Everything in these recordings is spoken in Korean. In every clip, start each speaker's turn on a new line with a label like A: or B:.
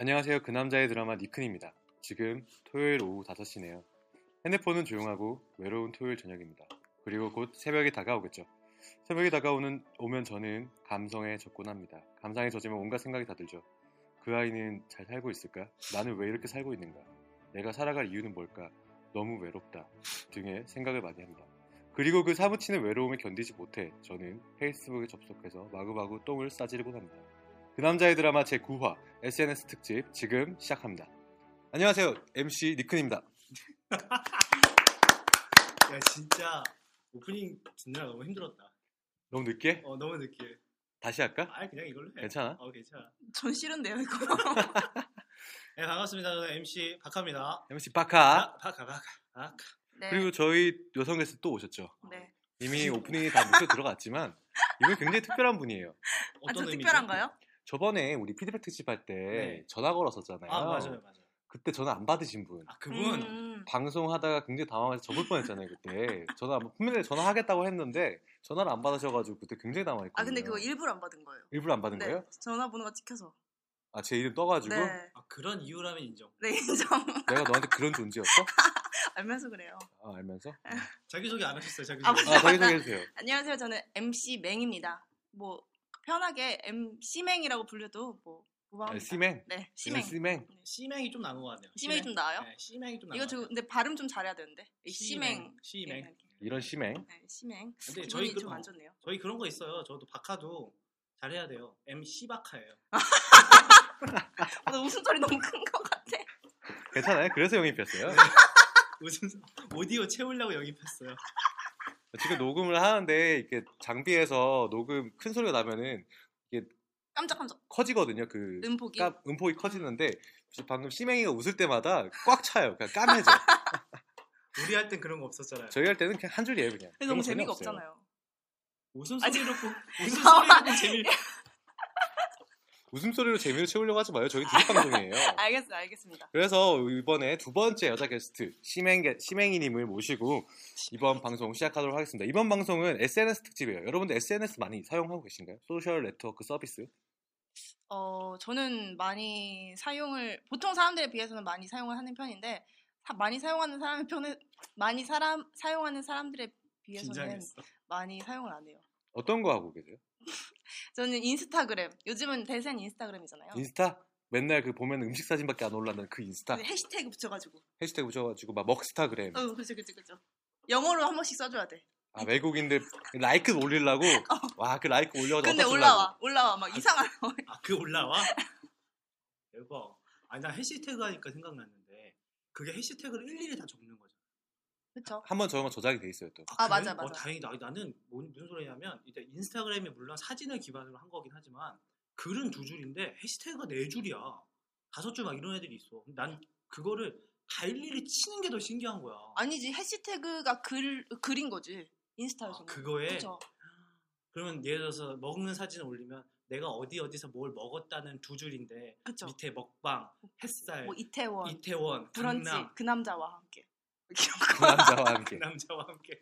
A: 안녕하세요 그 남자의 드라마 니큰입니다 지금 토요일 오후 5시네요 핸드폰은 조용하고 외로운 토요일 저녁입니다 그리고 곧 새벽이 다가오겠죠 새벽이 다가오는 오면 저는 감성에 접근합니다 감상에 젖으면 온갖 생각이 다 들죠 그 아이는 잘 살고 있을까? 나는 왜 이렇게 살고 있는가? 내가 살아갈 이유는 뭘까? 너무 외롭다 등의 생각을 많이 합니다 그리고 그 사무치는 외로움에 견디지 못해 저는 페이스북에 접속해서 마구마구 똥을 싸지르곤 합니다. 그 남자의 드라마 제9화 SNS 특집 지금 시작합니다. 안녕하세요. MC 니큰입니다.
B: 야 진짜 오프닝 듣느라 너무 힘들었다
A: 너무 늦게?
B: 어 너무 느끼해
A: 다시 할까?
B: 아 그냥 이걸로 해
A: 괜찮아?
B: 어 괜찮아
C: 음, 전 싫은데요 이거.
B: 네 반갑습니다 저는 MC 박하입니다 아,
A: MC 바카.
B: 박하
C: 아,
B: 박하 박하
C: 네.
A: 그리고 저희 여성 게스트 또 오셨죠.
C: 네.
A: 이미 오프닝이 다 묻혀 들어갔지만 이분 굉장히 특별한 분이에요.
C: 아, 저
B: 의미죠?
C: 특별한가요?
A: 저번에 우리 피드백 특집 할 때
B: 네.
A: 전화 걸었었잖아요.
B: 아 맞아요 맞아요
A: 그때 전화 안 받으신 분.
B: 아 그분
C: 음,
A: 방송하다가 굉장히 당황해서 접을 뻔했잖아요 그때 전화 안- 분명히 전화하겠다고 했는데 전화를 안 받으셔가지고 그때 굉장히 당황했거든요.
C: 아 근데 그거 일부러 안 받은 거예요.
A: 일부러 안 받은
C: 네.
A: 거예요?
C: 전화번호가 찍혀서.
A: 아 제 이름 떠가지고
C: 네.
B: 아, 그런 이유라면 인정
C: 네 인정.
A: 내가 너한테 그런 존재였어?
C: 알면서 그래요.
A: 아, 알면서?
B: 자기소개 안 하셨어요 자기소개
C: 아,
A: 아 자기 소개해주세요.
C: 안녕하세요. 저는 MC 맹입니다. 뭐 편하게 MC 맹이라고 불려도 뭐
A: 아,
C: 무방합니다.
A: 씨맹.
C: 네, 씨맹.
A: 씨맹.
C: 네.
B: 씨맹이 좀 나은 것 같네요
C: 씨맹이 좀 나아요?
B: 네, 씨맹이 좀 나은
C: 이거
B: 것
C: 저
B: 같아요
C: 근데 발음 좀 잘해야 되는데. 이 씨맹.
B: 씨맹
A: 이런 씨맹.
C: 네, 씨맹.
B: 근데 저희
C: 저희
B: 그,
C: 좀
B: 어,
C: 안 좋네요.
B: 저희 그런 거 있어요 저도 박하도 잘해야 돼요 MC 박하예요
C: 아, 나 웃음소리 너무 큰 것 같아.
A: 괜찮아요? 그래서 영입했어요.
B: 무슨 오디오 채우려고 영입했어요
A: 지금 녹음을 하는데 이렇게 장비에서 녹음 큰 소리가 나면은
C: 깜짝깜짝
A: 커지거든요. 그
C: 음폭이.
A: 깜- 음폭이 커지는데 방금 씨맹이가 웃을 때마다 꽉 차요. 그냥 까매져.
B: 우리 할 땐 그런 거 없었잖아요
A: 저희 할 때는 그냥 한 줄이에요 그냥.
C: 근데
A: 그런
C: 너무
A: 거 전혀
C: 재미가
A: 없어요.
C: 없잖아요.
B: 웃음소리로
C: 아,
B: 꼭
C: 잠깐만.
B: 웃음소리로 꼭 재미
A: 웃음소리로 재미를 채우려고 하지 마요. 저희 드립 방송이에요.
C: 알겠어요, 알겠습니다.
A: 그래서 이번에 두 번째 여자 게스트 심행 심행이님을 모시고 이번 방송 시작하도록 하겠습니다. 이번 방송은 SNS 특집이에요. 여러분들 SNS 많이 사용하고 계신가요? 소셜 네트워크 서비스?
C: 어, 저는 많이 사용을 보통 사람들에 비해서는 많이 사용을 하는 편인데 사- 많이 사용하는 사람 편에 많이 사람 사용하는 사람들에 비해서는
B: 긴장했어
C: 많이 사용을 안 해요.
A: 어떤 거 하고 계세요?
C: 저는 인스타그램. 요즘은 대세는 인스타그램이잖아요.
A: 인스타? 맨날 그 보면 음식 사진밖에 안 올라오는 그 인스타
C: 네, 해시태그 붙여가지고.
A: 해시태그 붙여가지고 막 먹스타그램
C: 어, 그죠, 그죠, 그죠. 영어로 한 번씩 써줘야 돼.
A: 아 외국인들 라이크 올리려고 와 그 라이크 올려가지고
C: 어. 근데
A: 어디다 쓰려고.
C: 올라와, 올라와 막 이상한.
B: 아 그 올라와? 대박 아니 나 해시태그 하니까 생각났는데 그게 해시태그를 일일이 다 적는 거죠
C: 그렇죠.
A: 한번 저런 거 저장이 돼 있어요 또
C: 아,
B: 그래?
C: 맞아,
B: 어,
C: 맞아.
B: 다행이다 아니, 나는 뭐- 무슨 소리냐면 이제 인스타그램이 물론 사진을 기반으로 한 거긴 하지만 글은 두 줄인데 해시태그가 네 줄이야 다섯 줄 막 이런 애들이 있어 난 그거를 다 일일이 치는 게 더 신기한 거야
C: 아니지 해시태그가 글 글인 거지 인스타에서.
B: 아, 그거에
C: 그렇죠.
B: 그러면 예를 들어서 먹는 사진을 올리면 내가 어디 어디서 뭘 먹었다는 두 줄인데
C: 그렇죠.
B: 밑에 먹방, 햇살,
C: 뭐 이태원,
B: 이태원,
C: 브런치
B: 강남,
C: 그 남자와 함께.
A: 그 남자와
B: 그
A: 함께
B: 남자와 함께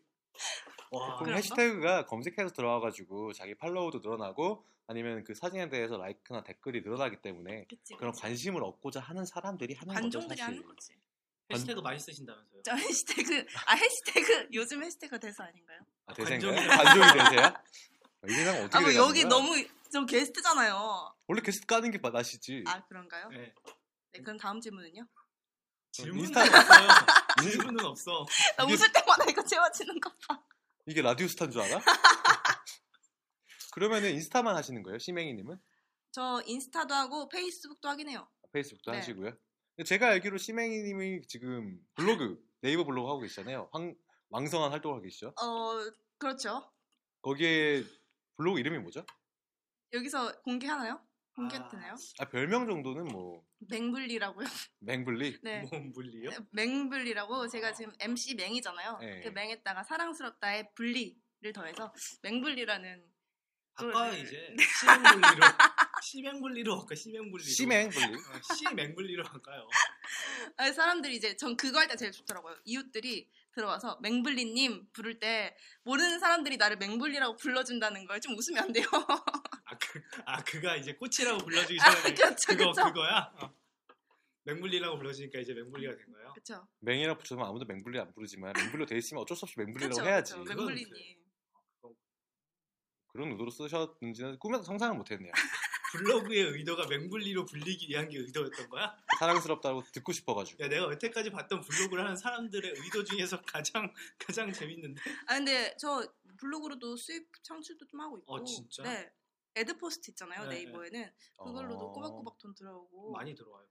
B: 와
A: 보면
C: 그런가?
A: 해시태그가 검색해서 들어와가지고 자기 팔로우도 늘어나고 아니면 그 사진에 대해서 라이크나 댓글이 늘어나기 때문에
C: 그치.
A: 그런 관심을 얻고자 하는 사람들이 하는 거죠
C: 관종들이
A: 사실.
C: 하는 거지.
B: 해시태그 많이 쓰신다면서요?
C: 저 해시태그 아 해시태그 요즘 해시태그 대사 아닌가요?
A: 아, 대세인가요?
B: 관종이-
A: 관종이 되세요? 이 세상 어떻게
C: 아 뭐
A: 되는
C: 여기
A: 거야?
C: 너무 저 게스트잖아요.
A: 원래 계속 까는 게 맛이지.
C: 아 그런가요?
B: 네.
C: 네 그럼 다음 질문은요.
B: 질문은
A: 인스타-
B: 없어요.
A: 인-
B: 질문은 없어.
C: 나
A: 이게-
C: 웃을 때마다 이거 채워지는 거 봐.
A: 이게 라디오 스타인 줄 알아? 그러면은 인스타만 하시는 거예요? 심행이님은
C: 저 인스타도 하고 페이스북도 하긴 해요.
A: 페이스북도
C: 네.
A: 하시고요. 근데 제가 알기로 심행이님이 지금 블로그 네이버 블로그 하고 계시잖아요. 황, 왕성한 활동을 하고 계시죠?
C: 어 그렇죠.
A: 거기에 블로그 이름이 뭐죠?
C: 여기서 공개하나요? 공개트나요?
A: 아, 별명 정도는 뭐
C: 맹블리라고요.
A: 맹블리.
C: 네.
B: 몸 분리요?
C: 맹블리라고 제가 지금 MC 맹이잖아요.
A: 아. 네.
C: 그 맹에다가 사랑스럽다의 분리를 더해서 맹블리라는
B: 아까
C: 그거를-
B: 이제 시맹분리로 시맹분리로 할까 시맹분리로
A: 시맹블리.
B: 어, 시맹분리로 할까요?
C: 아니, 사람들이 이제 전 그거 할 때 제일 좋더라고요. 이웃들이 들어와서 맹블리님 부를 때 모르는 사람들이 나를 맹블리라고 불러준다는 걸 좀 웃으면 안 돼요.
B: 아, 그, 아 그가 이제 꽃이라고 불러주기 전에
C: 그렇죠,
B: 그거
C: 그렇죠.
B: 그거야? 어. 맹분리라고 불러주니까 이제 맹분리가 된 거예요?
C: 그렇죠.
A: 맹이라 붙여서 아무도 맹블리 안 부르지만 맹블리로 돼 있으면 어쩔 수 없이 맹블리라고
C: 그렇죠.
A: 해야지.
C: 그렇죠.
B: 그건
C: 맹블리님.
A: 그런 의도로 쓰셨는지는 꿈에도 상상을 못했네요.
B: 블로그의 의도가 맹분리로 불리기 위한 게 의도였던 거야?
A: 사랑스럽다고 듣고 싶어가지고.
C: 네,
B: 야 내가 여태까지 봤던 블로그를 하는 사람들의 의도 중에서 가장 가장 재밌는데
C: 아 근데 저 블로그로도 수입 창출도 좀 하고 있고.
B: 어, 진짜?
C: 네. 애드 포스트 있잖아요
B: 네,
C: 네이버에는
A: 어.
C: 그걸로도 꼬박꼬박 돈 들어오고
B: 많이 들어와요.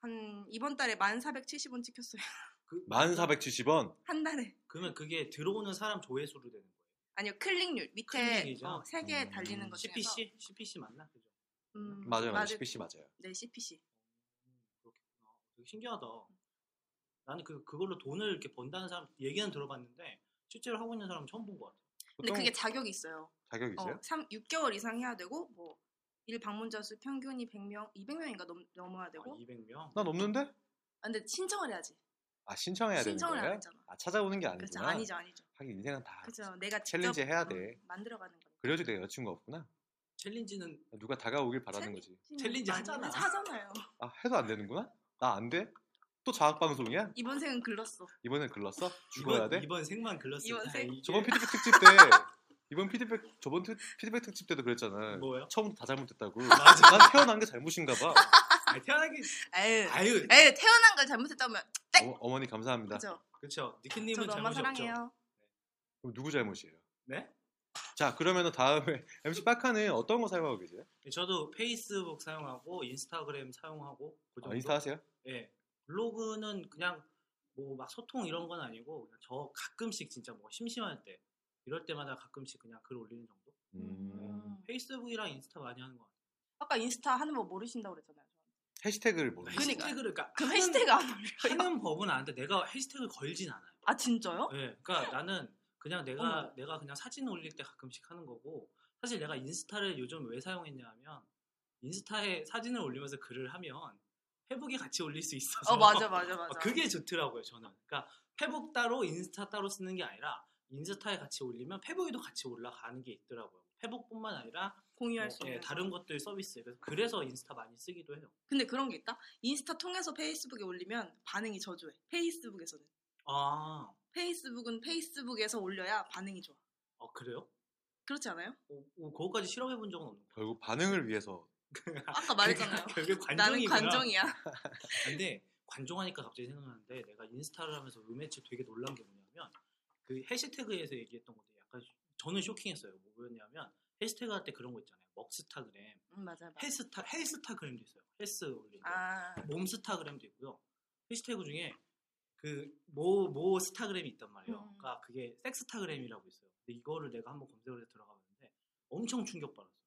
C: 한 이번 달에 1470원 찍혔어요
B: 그,
A: 1470원.
C: 한 달에
B: 그러면 그게 들어오는 사람 조회수로 되는 거예요.
C: 아니요 클릭률 밑에
B: 클릭이죠.
C: 어, 세개
A: 음,
C: 달리는 것 중에서
B: CPC CPC 맞나 그죠?
C: 음,
A: 맞아요, 맞아요.
C: 맞을-
A: CPC 맞아요.
C: 네 CPC
B: 음, 그렇구나. 되게 신기하다. 나는 그 그걸로 돈을 이렇게 번다는 사람 얘기는 들어봤는데 실제로 하고 있는 사람 은 처음 본 것 같아.
C: 근데
A: 보통
C: 그게 자격이 있어요
A: 자격 있어요?
C: 어, 3, 6개월 이상 해야 되고 뭐 일 방문자 수 평균이 100명, 200명인가 넘, 넘어야
B: 아,
C: 되고 아,
B: 200명.
A: 난 없는데?
C: 근데 신청을 해야지
A: 아 신청해야
C: 신청을 안
A: 되는 거야?
C: 했잖아
A: 아 찾아오는 게
C: 그렇죠
A: 아니구나.
C: 아니죠 아니죠
A: 하긴 인생은 다.
C: 그죠 내가 직접
A: 챌린지 해야
C: 어,
A: 돼.
C: 만들어가는 거니까
A: 그래야지 내가 여자친구가 없구나.
B: 챌린지는
A: 누가 다가오길 바라는
C: 챌린-
A: 거지.
B: 챌린지
C: 많이
B: 하잖아.
C: 하잖아요
A: 아 해도 안 되는구나? 나 안 돼? 또 자학방송이야?
C: 이번 생은 글렀어
A: 이번엔 글렀어? 죽어야
B: 이번,
A: 돼?
B: 이번 생만 아, 글렀어.
C: 이번 생.
B: 예.
A: 저번 피드백 특집 때 이번 피드백 저번 트- 피드백 특집 때도 그랬잖아.
B: 뭐요?
A: 처음부터 다 잘못됐다고.
B: 맞아.
A: 난 태어난 게 잘못인가 봐.
B: 아, 태어나기
C: 아유
B: 아유
C: 에이, 태어난 걸 잘못했다면 땡!
A: 어, 머니 감사합니다.
C: 그죠
B: 그렇죠. 니키님은
C: 저도 엄마
B: 잘못이 없죠.
C: 사랑해요
A: 그럼 누구 잘못이에요?
B: 네?
A: 자 그러면은 다음에 MC 빡카는 어떤 거 사용하고 계세요?
B: 저도 페이스북 사용하고 인스타그램 사용하고 그
A: 아,
B: 정도?
A: 인스타 하세요?
B: 예. 블로그는 그냥 뭐 막 소통 이런 건 아니고 그냥 저 가끔씩 진짜 뭐 심심할 때 이럴 때마다 가끔씩 그냥 글 올리는 정도.
A: 음.
C: 음.
B: 페이스북이랑 인스타 많이 하는 것 같아요.
C: 아까 인스타 하는 거 모르신다고 그랬잖아요.
A: 해시태그를 모르.
C: 그러니까.
B: 해시태그를 그러니까
C: 그
B: 하는-
C: 해시태그 안 올려요.
B: 하는 법은 아는데 내가 해시태그를 걸진 않아요.
C: 아 진짜요?
B: 예. 그러니까 나는 그냥 내가
C: 어머.
B: 내가 그냥 사진 올릴 때 가끔씩 하는 거고 사실 내가 인스타를 요즘 왜 사용했냐면 인스타에 사진을 올리면서 글을 하면 페북에 같이 올릴 수 있어서
C: 어 맞아 맞아 맞아.
B: 어, 그게 좋더라고요 저는 그러니까 페북 따로 인스타 따로 쓰는 게 아니라 인스타에 같이 올리면 페북에도 같이 올라가는 게 있더라고요 페북뿐만 아니라
C: 공유할
B: 뭐,
C: 수
B: 예,
C: 있는.
B: 다른 것들 서비스 그래서, 그래서 인스타 많이 쓰기도 해요
C: 근데 그런 게 있다. 인스타 통해서 페이스북에 올리면 반응이 저조해. 페이스북에서는.
B: 아
C: 페이스북은 페이스북에서 올려야 반응이 좋아.
B: 어, 그래요?
C: 그렇지 않아요?
B: 어, 어, 그거까지 실험해 본 적은 없는 거예요
A: 결국 반응을 위해서
C: 아까 말했잖아요.
B: 결국
C: 나는
B: 관종이구나 아,
C: 관종이야.
B: 근데 관종하니까 갑자기 생각나는데 내가 인스타를 하면서 룸메치 되게 놀란 게 뭐냐면 그 해시태그에서 얘기했던 것도 약간 저는 쇼킹했어요 뭐였냐면 해시태그 할 때 그런 거 있잖아요 먹스타그램
C: 음, 맞아요. 맞아요.
B: 헬스타 헬스타그램도 있어요. 헬스 올리는 거.
C: 아
B: 몸스타그램도 있고요. 해시태그 중에 그 모 모 스타그램이 있단 말이에요.
C: 음.
B: 그러니까 그게 섹스타그램이라고 있어요. 근데 이거를 내가 한번 검색을 해서 들어가봤는데 엄청 충격받았어요.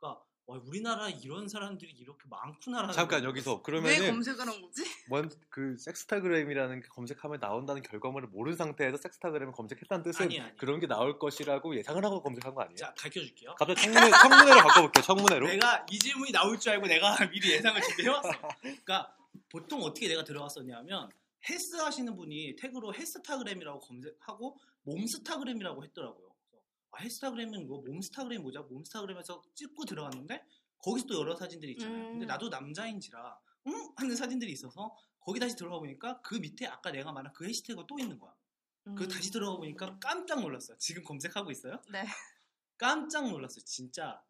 B: 그러니까 와, 우리나라 이런 사람들이 이렇게 많구나라는
A: 잠깐
B: 걸
A: 여기서
C: 왜
A: 그러면은
C: 검색을 한 거지?
A: 원그 섹스타그램이라는 게 검색하면 나온다는 결과물을 모르는 상태에서 섹스타그램을 검색했다는 뜻은
B: 아니, 아니.
A: 그런 게 나올 것이라고 예상을 하고 검색한 거 아니에요?
B: 자 가르쳐 줄게요.
A: 갑자기 청문회 청문회로 바꿔볼게요. 청문회로.
B: 내가 이 질문이 나올 줄 알고 내가 미리 예상을 준비해왔어. 그러니까 보통 어떻게 내가 들어갔었냐면 헬스 하시는 분이 태그로 헬스타그램이라고 검색하고 몸스타그램이라고 했더라고요. 그래서 아, 헬스타그램은 뭐 몸스타그램이 뭐지? 몸스타그램에서 찍고 들어갔는데 거기서 또 여러 사진들이 있잖아요.
C: 음.
B: 근데 나도 남자인지라 응 하는 사진들이 있어서 거기 다시 들어가 보니까 그 밑에 아까 내가 말한 그 해시태그가 또 있는 거야. 그
C: 음.
B: 다시 들어가 보니까 깜짝 놀랐어요. 지금 검색하고 있어요?
C: 네.
B: 깜짝 놀랐어요. 진짜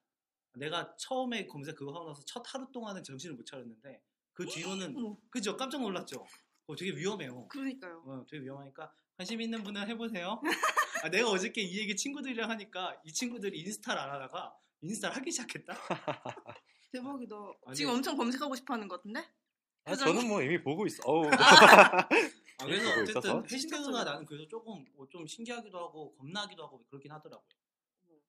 B: 내가 처음에 검색 그거 하고 나서 첫 하루 동안은 정신을 못 차렸는데 그 뒤로는
C: 어,
B: 그죠? 깜짝 놀랐죠. 어, 되게 위험해요.
C: 그러니까요.
B: 어, 되게 위험하니까 관심 있는 분은 해보세요. 아, 내가 어저께 이 얘기 친구들이랑 하니까 이 친구들이 인스타를 안 하다가 인스타를 하기 시작했다.
C: 대박이다.
B: 아니.
C: 지금 엄청 검색하고 싶어하는 것 같은데?
A: 아, 저는 뭐 이미 보고 있어. 어우.
B: 아, 그래서
A: 그거 있어서?
B: 어쨌든 해시태그가
C: 진짜
B: 나는 그래서 조금 뭐좀 신기하기도 하고 겁나기도 하고 그렇긴 하더라고요.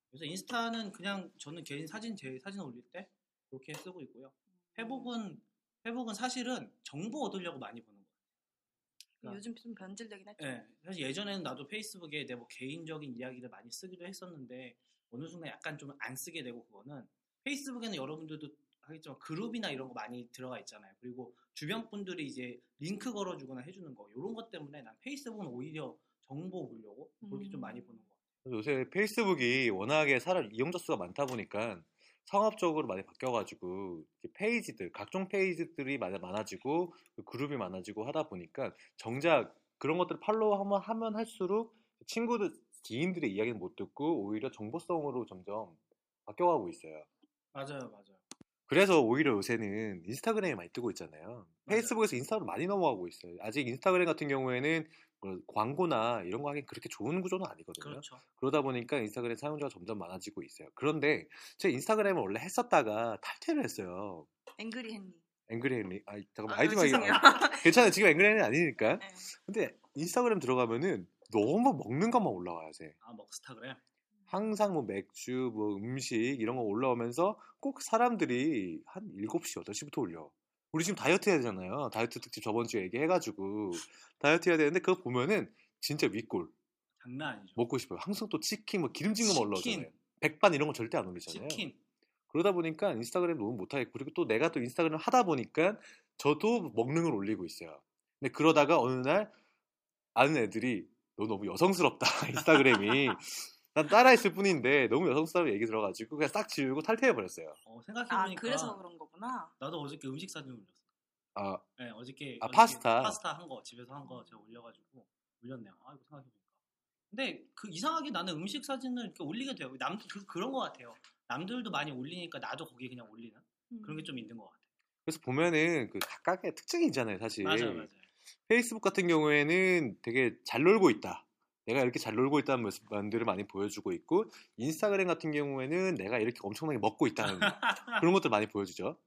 B: 그래서 인스타는 그냥 저는 개인 사진 제 사진 올릴 때 그렇게 쓰고 있고요. 회복은 회복은 사실은 정보 얻으려고 많이 보는 거예요. 그러니까-
C: 요즘 좀 변질되긴 했죠.
B: 예, 사실 예전에는 나도 페이스북에 내 뭐 개인적인 이야기를 많이 쓰기도 했었는데 어느 순간 약간 좀 안 쓰게 되고 그거는 페이스북에는 여러분들도 하겠지만 그룹이나 이런 거 많이 들어가 있잖아요. 그리고 주변 분들이 이제 링크 걸어주거나 해주는 거 이런 것 때문에 난 페이스북은 오히려 정보 보려고 그렇게 좀
C: 음.
B: 많이 보는 것 같아요.
A: 요새 페이스북이 워낙에 사람 이용자 수가 많다 보니까 상업적으로 많이 바뀌어가지고 이제 페이지들 각종 페이지들이 많- 많아지고 그 그룹이 많아지고 하다 보니까 정작 그런 것들을 팔로우 하면, 하면 할수록 친구들 지인들의 이야기는 못 듣고 오히려 정보성으로 점점 바뀌어가고 있어요.
B: 맞아요, 맞아요.
A: 그래서 오히려 요새는 인스타그램이 많이 뜨고 있잖아요. 페이스북에서 인스타로 많이 넘어가고 있어요. 아직 인스타그램 같은 경우에는 뭐 광고나 이런 거 하긴 그렇게 좋은 구조는 아니거든요.
B: 그렇죠.
A: 그러다 보니까 인스타그램 사용자가 점점 많아지고 있어요. 그런데 제 인스타그램을 원래 했었다가 탈퇴를 했어요.
C: 앵그리 헨리.
A: 앵그리 헨리. 아, 잠깐만.
B: 어,
C: 아,
A: 아이디만
C: 죄송해요.
A: 얘기- 아, 괜찮아요. 지금 앵그리 헨리 아니니까.
C: 네.
A: 근데 인스타그램 들어가면은 너무 먹는 것만 올라와요, 제.
B: 아, 먹스타그램.
A: 항상 뭐 맥주, 뭐 음식 이런 거 올라오면서 꼭 사람들이 한 7시, 8시부터 올려. 우리 지금 다이어트 해야 되잖아요. 다이어트 특집 저번 주에 얘기해가지고 다이어트 해야 되는데 그거 보면은 진짜 윗골
B: 장난 아니죠.
A: 먹고 싶어요. 항상 또 치킨, 뭐 기름진 거만 올라오잖아요.
B: 치킨,
A: 백반 이런 거 절대 안 올리잖아요.
B: 치킨.
A: 그러다 보니까 인스타그램 너무 못하겠고 그리고 또 내가 또 인스타그램 하다 보니까 저도 먹는 걸 올리고 있어요. 근데 그러다가 어느 날 아는 애들이 너 너무 여성스럽다 인스타그램이 난 따라했을 뿐인데 너무 여성스러운 얘기 들어가지고 그냥 싹 지우고 탈퇴해 버렸어요.
B: 어, 생각해보니까
C: 아 그래서 그런 거구나.
B: 나도 어저께 음식 사진 올렸어.
A: 아
B: 네, 어저께
A: 아,
B: 어저께
A: 파스타.
B: 파스타 한 거 집에서 한 거 제가 올려가지고 올렸네요. 아 이거 생각해보니까. 근데 그 이상하게 나는 음식 사진을 이렇게 올리게 돼요. 남 그, 그런 것 같아요. 남들도 많이 올리니까 나도 거기에 그냥 올리는 그런
C: 음.
B: 게 좀 있는 것 같아요.
A: 그래서 보면은 그 각각의 특징이 있잖아요 사실.
B: 맞아요, 맞아요.
A: 페이스북 같은 경우에는 되게 잘 놀고 있다. 내가 이렇게 잘 놀고 있다는 모습들을 많이 보여주고 있고 인스타그램 같은 경우에는 내가 이렇게 엄청나게 먹고 있다는 그런 것들 많이 보여주죠.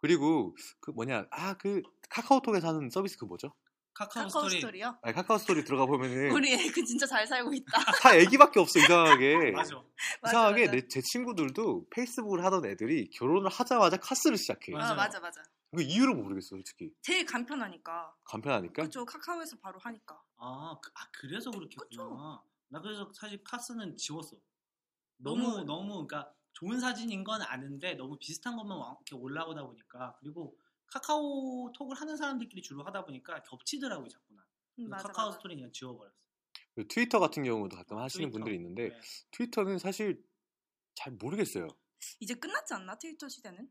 A: 그리고 그 뭐냐 아 그 카카오톡에서 하는 서비스 그 뭐죠?
B: 카카오,
C: 카카오
B: 스토리. 네.
C: 스토리요.
A: 아 카카오 스토리 들어가 보면은
C: 우리 애그 진짜 잘 살고 있다.
A: 다 애기밖에 없어 이상하게
B: 맞아,
C: 맞아,
A: 이상하게
C: 맞아. 어,
A: 내, 제 친구들도 페이스북을 하던 애들이 결혼을 하자마자 카스를 시작해.
C: 아, 맞아 맞아.
A: 그 이유를 모르겠어 솔직히
C: 제일 간편하니까.
A: 간편하니까.
C: 그쵸 카카오에서 바로 하니까. 음,
B: 아, 그, 아 그래서 그렇겠구나.
C: 그쵸.
B: 나 그래서 사실 카스는 지웠어. 너무
C: 너무-
B: 너무 그러니까 좋은 사진인 건 아는데 너무 비슷한 것만 와- 이렇게 올라오다 보니까 그리고 카카오톡을 하는 사람들끼리 주로 하다 보니까 겹치더라고요, 자꾸나.
C: 음,
B: 그래서
C: 맞아
B: 카카오
C: 맞아.
B: 스토리 그냥 지워버렸어.
A: 그리고 트위터 같은 경우도 가끔 하시는
B: 트위터.
A: 분들이 있는데
B: 네.
A: 트위터는 사실 잘 모르겠어요.
C: 이제 끝났지 않나 트위터 시대는?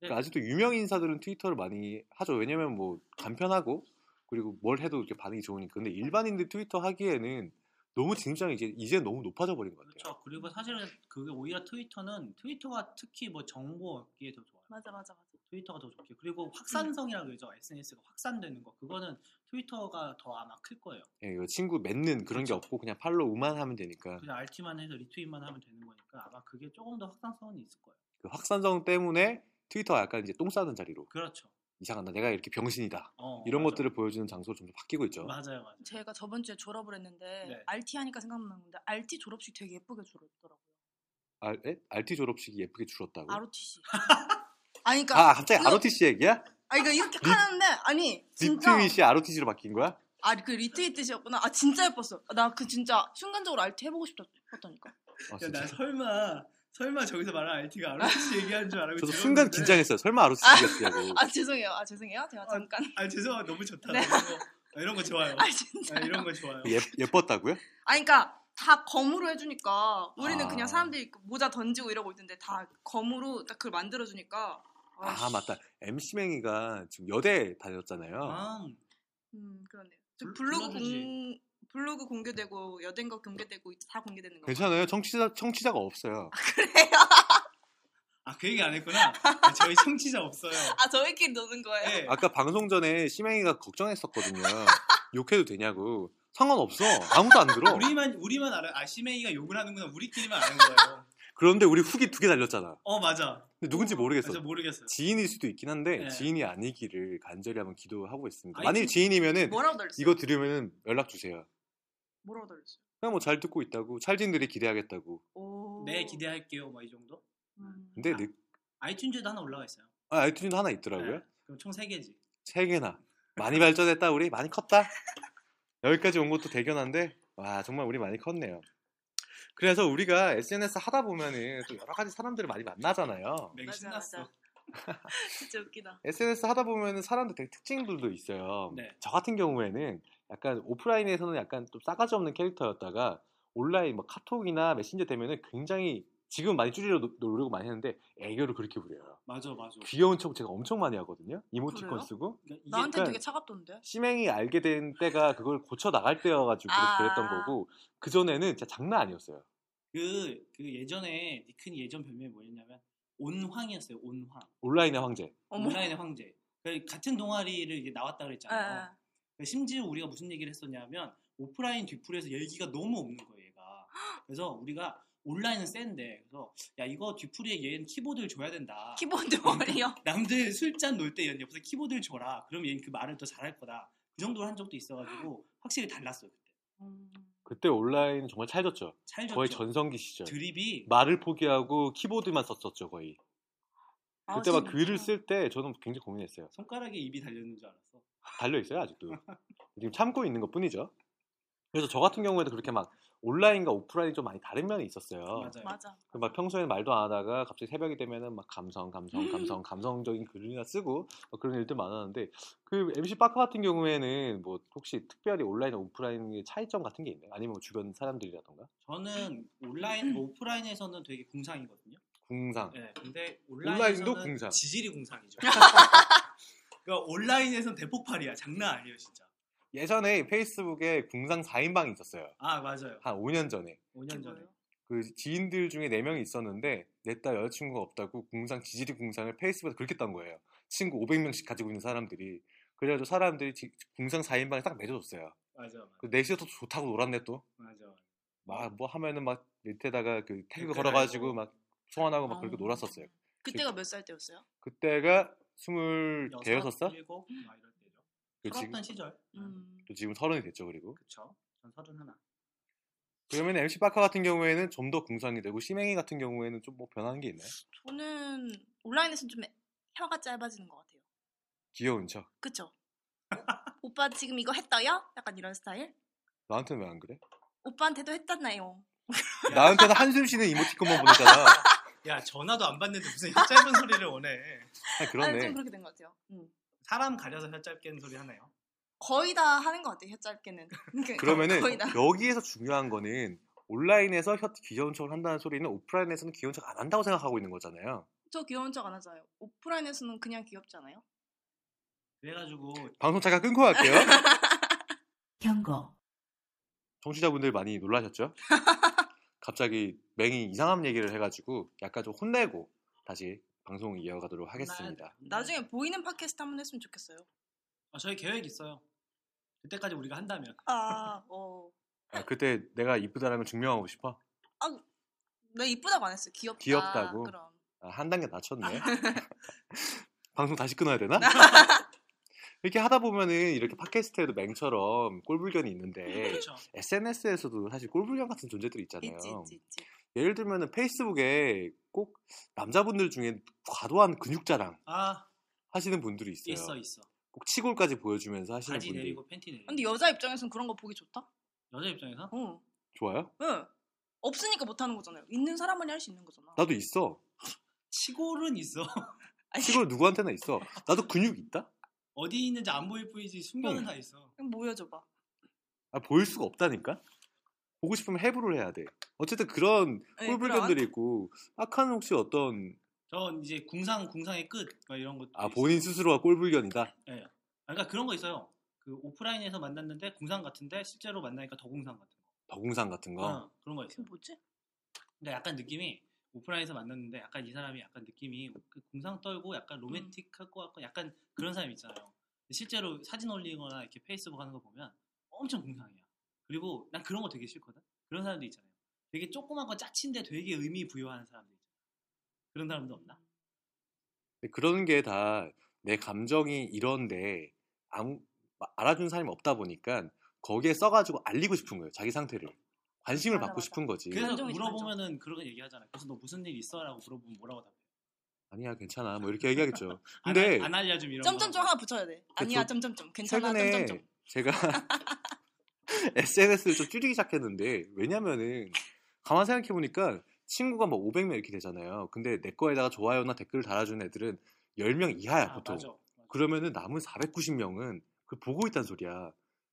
A: 그러니까 아직도 유명 인사들은 트위터를 많이 하죠. 왜냐면 뭐 간편하고 그리고 뭘 해도 이렇게 반응이 좋으니까. 근데 일반인들 트위터 하기에는 너무 진입장이 이제 이제 너무 높아져 버린 것 같아요.
B: 그렇죠. 그리고 사실은 그게 오히려 트위터는 트위터가 특히 뭐 정보 얻기에 더 좋아요.
C: 맞아 맞아 맞아.
B: 트위터가 더 좋게. 그리고 확산성이라고 그러죠. SNS가 확산되는 거. 그거는 트위터가 더 아마 클 거예요.
A: 예, 이거 친구 맺는 그런
B: 그렇죠.
A: 게 없고 그냥 팔로우만 하면 되니까
B: 그냥 RT만 해서 리트윗만 하면 되는 거니까 아마 그게 조금 더 확산성은 있을 거예요.
A: 그 확산성 때문에 트위터가 약간 이제 똥 싸는 자리로
B: 그렇죠.
A: 이상하다. 내가 이렇게 병신이다.
B: 어,
A: 이런
B: 맞아요.
A: 것들을 보여주는 장소로 점점 바뀌고 있죠.
B: 맞아요, 맞아요.
C: 제가 저번 주에 졸업을 했는데
B: 네.
C: RT 하니까 생각나는데 RT 졸업식 되게 예쁘게 졸업했더라고요.
A: 알 에? RT 졸업식이 예쁘게 줄었다고.
C: ROTC. 아니 그러니까
A: 아 갑자기
C: 이거-
A: ROTC 얘기야?
C: 아니 그러니까 이렇게 하는데 아니 진짜
A: 리트윗이 ROTC로 바뀐 거야? 어,
C: 아 그 리트윗이었구나. 아 진짜 예뻤어. 나 그 진짜 순간적으로 RT 해보고 싶다 싶었다니까.
A: 아,
B: 야,
A: 진짜.
B: 설마 설마 저기서 말한 RT가 ROTC 얘기하는 줄 알고
A: 저도
B: 들었는데.
A: 순간 긴장했어요. 설마 ROTC였냐고.
C: 아 죄송해요. 아 죄송해요. 제가 잠깐.
A: 어.
B: 아 죄송합니다. 너무 좋다.
C: 네.
B: 너무. 아, 이런 거 좋아요.
C: 아 진짜.
B: 아, 이런 거 좋아요.
A: 예, 예뻤다고요?
C: 아 그러니까 다 검으로 해주니까 우리는
A: 아.
C: 그냥 사람들이 그 모자 던지고 이러고 있는데 다 검으로 딱 그걸 만들어주니까.
A: 아
C: 씨.
A: 맞다. MC맹이가 지금 여대 다녔잖아요.
B: 아,
C: 음 그러네요.
B: 불-
C: 지금 블로그
B: 불러주지.
C: 공 블로그 공개되고 여댄거 공개되고 다 공개되는 거.
A: 괜찮아요. 청취자 청취자가 없어요.
B: 아, 그 얘기 안 했구나. 아, 저희 청취자 없어요.
C: 아 저희끼리 노는 거예요?
B: 네.
A: 아까 방송 전에 시맹이가 걱정했었거든요. 욕해도 되냐고. 상관없어. 아무도 안 들어.
B: 우리만 우리만 알아요. 아 시메이가 욕을 하는구나. 우리끼리만 아는 거예요.
A: 그런데 우리 후기 두 개 달렸잖아.
B: 어 맞아.
A: 근데 누군지 모르겠어.
B: 그래서 모르겠어요.
A: 지인일 수도 있긴 한데
B: 네.
A: 지인이 아니기를 간절히 한번 기도하고 있습니다.
B: 아니,
A: 만일
B: 진-
A: 지인이면은
C: 뭐라고 달렸어요?
A: 이거 들으면은 연락 주세요.
C: 뭐라고 달렸어요?
A: 그냥 뭐 잘 듣고 있다고 찰진들이 기대하겠다고.
C: 오.
B: 네 기대할게요. 뭐 이 정도.
C: 음.
A: 근데 느-
B: 아이튠즈도 하나 올라가 있어요.
A: 아, 아이튠즈도 하나 있더라고요.
B: 네. 그럼 총 3개지.
A: 세 개나. 많이 발전했다, 우리. 많이 컸다. 여기까지 온 것도 대견한데, 와, 정말 우리 많이 컸네요. 그래서 우리가 SNS 하다 보면은 또 여러 가지 사람들을 많이 만나잖아요.
B: 맥이
C: 맞아,
B: 신났어.
C: 맞아. 진짜 웃기다.
A: SNS 하다 보면은 사람들 되게 특징들도 있어요.
B: 네.
A: 저 같은 경우에는 약간 오프라인에서는 약간 좀 싸가지 없는 캐릭터였다가 온라인 뭐 카톡이나 메신저 되면은 굉장히 지금 많이 줄이려고 노- 노력을 많이 했는데 애교를 그렇게 부려요.
B: 맞아, 맞아.
A: 귀여운 척 제가 엄청 많이 하거든요. 이모티콘
C: 네. 그래요?
A: 쓰고.
B: 그러니까 이게
C: 나한테
A: 약간-
C: 되게 차갑던데.
A: 심행이 알게 된 때가 그걸 고쳐 나갈 때여가지고
C: 아.
A: 그랬던 거고 그 전에는 진짜 장난 아니었어요.
B: 그, 그 예전에 니큰 예전 별명이 뭐였냐면 온황이었어요. 온황.
A: 온라인의 황제.
C: 어머.
B: 온라인의 황제. 그 같은 동아리를 이제 나왔다 그랬잖아요.
C: 예,
B: 그 심지어 우리가 무슨 얘기를 했었냐면 오프라인 뒤풀에서 얘기가 너무 없는 거예요. 얘가. 그래서 우리가 온라인은 센데 그래서 야 이거 뒤풀이에 얘는 키보드를 줘야 된다.
C: 예. 키보드 워리어.
B: 남들 술잔 놀 때 옆에서 키보드를 줘라. 그럼 얘는 그 말을 더 잘할 거다. 그 정도로 한 적도 있어가지고 확실히 달랐어요 그때.
A: 그때 온라인 정말 찰졌죠.
B: 찰졌죠.
C: 그렇죠.
A: 거의 전성기 시절.
B: 드립이
A: 말을 포기하고 키보드만 썼었죠 거의.
C: 아,
A: 그때 막
C: 진짜.
A: 글을 쓸 때 저는 굉장히 고민했어요.
B: 손가락에 입이 달렸는 줄 알았어.
A: 달려 있어요 아직도. 지금 참고 있는 것 뿐이죠. 그래서 저 같은 경우에도 그렇게 막 온라인과 오프라인이 좀 많이 다른 면이 있었어요.
B: 맞아요.
C: 맞아.
A: 그막 평소에는 말도 안 하다가 갑자기 새벽이 되면은 막 감성, 감성, 감성, 감성적인 글이나 쓰고 막 그런 일들 많았는데 그 MC 빠카 같은 경우에는 뭐 혹시 특별히 온라인, 오프라인의 차이점 같은 게 있나요? 아니면 뭐 주변 사람들이라던가?
B: 저는 온라인 뭐 오프라인에서는 되게 공상이거든요.
A: 궁상.
B: 네, 근데
A: 온라인도
B: 온라인에서는
A: 공상.
B: 지질이 공상이죠. 그러니까 온라인에서는 대폭발이야. 장난 아니에요, 진짜.
A: 예전에 페이스북에 궁상 4인방이 있었어요.
B: 아 맞아요.
A: 한 5년 전에.
C: 이게
B: 5년 전에.
C: 뭐예요?
A: 그 지인들 중에 4명이 있었는데 냈다 여자친구가 없다고 궁상, 지질이 궁상을 페이스북에서 그렇게 딴 거예요. 친구 500명씩 가지고 있는 사람들이. 그래가지고 사람들이 지- 궁상 4인방에 딱 맺어줬어요.
B: 맞아, 맞아,
A: 그 넷이서 또 좋다고 놀았네 또.
B: 맞아. 맞아.
A: 막 뭐 하면은 막 밑에다가 아. 그 태그
B: 댓글
A: 걸어가지고
B: 달고.
A: 막 소환하고 막 그렇게
C: 어.
A: 놀았었어요.
C: 그때가 몇 살 때였어요?
A: 그때가 스물 대여섯 살?
B: 일곱 막 이럴 때죠.
A: 그 지금
B: 살았던 시절.
C: 음.
A: 또 지금 서른이 됐죠 그리고.
B: 그쵸. 전 서른 하나.
A: 그러면 MC 바카 같은 경우에는 좀 더 궁상이 되고 심행이 같은 경우에는 좀 뭐 변한 게 있나요?
C: 저는 온라인에서는 좀 혀가 짧아지는 것 같아요.
A: 귀여운 척.
C: 그쵸? 오빠 지금 이거 했어요? 약간 이런 스타일?
A: 나한테는 왜 안 그래?
C: 오빠한테도 했잖아요.
A: 나한테는 한숨 쉬는 이모티콘만 보냈잖아.
B: 야 전화도 안 받는데 무슨 혀 짧은 소리를 원해.
A: 아,
C: 아니, 좀
A: 그러네.
C: 그렇게 된 것 같아요. 음.
B: 사람 가려서 혀 짧게는 소리 하나요?
C: 거의 다 하는 것 같아요. 혀 짧게는. 그러니까
A: 그러면은
C: 거의 다.
A: 여기에서 중요한 거는 온라인에서 혀 귀여운 척을 한다는 소리는 오프라인에서는 귀여운 척 안 한다고 생각하고 있는 거잖아요.
C: 저 귀여운 척 안 하잖아요. 오프라인에서는 그냥 귀엽지 않아요?
B: 그래가지고
A: 방송 잠깐 끊고 갈게요.
D: 경고.
A: 청취자분들 많이 놀라셨죠? 갑자기 맹이 이상한 얘기를 해가지고 약간 좀 혼내고 다시 방송 이어가도록 하겠습니다.
C: 나중에 보이는 팟캐스트 한번 했으면 좋겠어요.
B: 아, 저희 계획 있어요. 그때까지 우리가 한다면.
C: 아, 어.
A: 아, 그때 내가 이쁘다라는 걸 증명하고 싶어?
C: 나 이쁘다고 안 했어요. 귀엽다.
A: 귀엽다고?
C: 그럼.
A: 아, 한 단계 낮췄네. 방송 다시 끊어야 되나? 이렇게 하다 보면은 이렇게 팟캐스트에도 맹처럼 꼴불견이 있는데
B: 그렇죠.
A: SNS에서도 사실 꼴불견 같은 존재들이 있잖아요.
C: 있지, 있지, 있지.
A: 예를 들면은 페이스북에 꼭 남자분들 중에 과도한 근육 자랑
B: 아
A: 하시는 분들이 있어요.
B: 있어 있어.
A: 꼭 치골까지 보여주면서 하시는
B: 바지
A: 분들
B: 내리고 팬티 내리고.
C: 근데 여자 입장에서는 그런 거 보기 좋다?
B: 여자 입장에서
C: 어.
A: 좋아요?
C: 응. 없으니까 못 하는 거잖아요. 있는 사람만이 할 수 있는 거잖아.
A: 나도 있어.
B: 치골은 있어.
C: 아니,
A: 치골 누구한테나 있어. 나도 근육 있다?
B: 어디 있는지 안 보일 뿐이지 숨겨는
A: 응.
B: 다 있어.
C: 그럼 모여줘 봐.
A: 아, 보일 수가 없다니까? 보고 싶으면 해부를 해야 돼. 어쨌든 그런
C: 네,
A: 꼴불견들이 있고 아칸 혹시 어떤
B: 전 이제 궁상 궁상의 끝 그러니까 이런 것도.
A: 아
B: 있어요.
A: 본인 스스로가 꼴불견이다.
B: 예. 아, 그러니까 그런 거 있어요. 그 오프라인에서 만났는데 궁상 같은데 실제로 만나니까 더 궁상 같은 거.
A: 더공상 같은 거.
B: 어, 그런 거
C: 그
B: 있어요.
C: 뭐지?
B: 근데 약간 느낌이 오프라인에서 만났는데 약간 이 사람이 약간 느낌이 그 궁상 떨고 약간 로맨틱할 것 같고 약간 그런 사람 있잖아요. 근데 실제로 사진 올리거나 이렇게 페이스북 하는 거 보면 엄청 궁상이야. 그리고 난 그런 거 되게 싫거든. 그런 사람들 있잖아요. 되게 조그만 거 짜친데 되게 의미 부여하는 사람들 있잖아. 그런 사람도 없나?
A: 근데 네, 그런 게 다 내 감정이 이런데 아무 마- 알아준 사람이 없다 보니까 거기에 써가지고 알리고 싶은 거예요. 자기 상태를 관심을
C: 맞아,
A: 받고
C: 맞아.
A: 싶은 거지.
B: 그래서
C: 감정이지,
B: 물어보면은 그런 거 얘기하잖아요. 그래서 너 무슨 일 있어? 라고 물어보면 뭐라고 답해?
A: 아니야 괜찮아 뭐 이렇게 얘기하겠죠.
B: 안,
A: 근데
B: 알- 안 알려줌 이런 거.
C: 점점점 하나 붙여야 돼. 아니야
A: 그 저-
C: 점점점. 괜찮아
A: 최근에
C: 점점점.
A: 제가 SNS를 좀 줄이기 시작했는데 왜냐면은 가만 생각해 보니까 친구가 뭐 500명 이렇게 되잖아요. 근데 내 거에다가 좋아요나 댓글을 달아주는 애들은 10명 이하야
B: 아,
A: 보통.
B: 맞아. 맞아.
A: 그러면은 남은 490명은 그걸 보고 있단 소리야.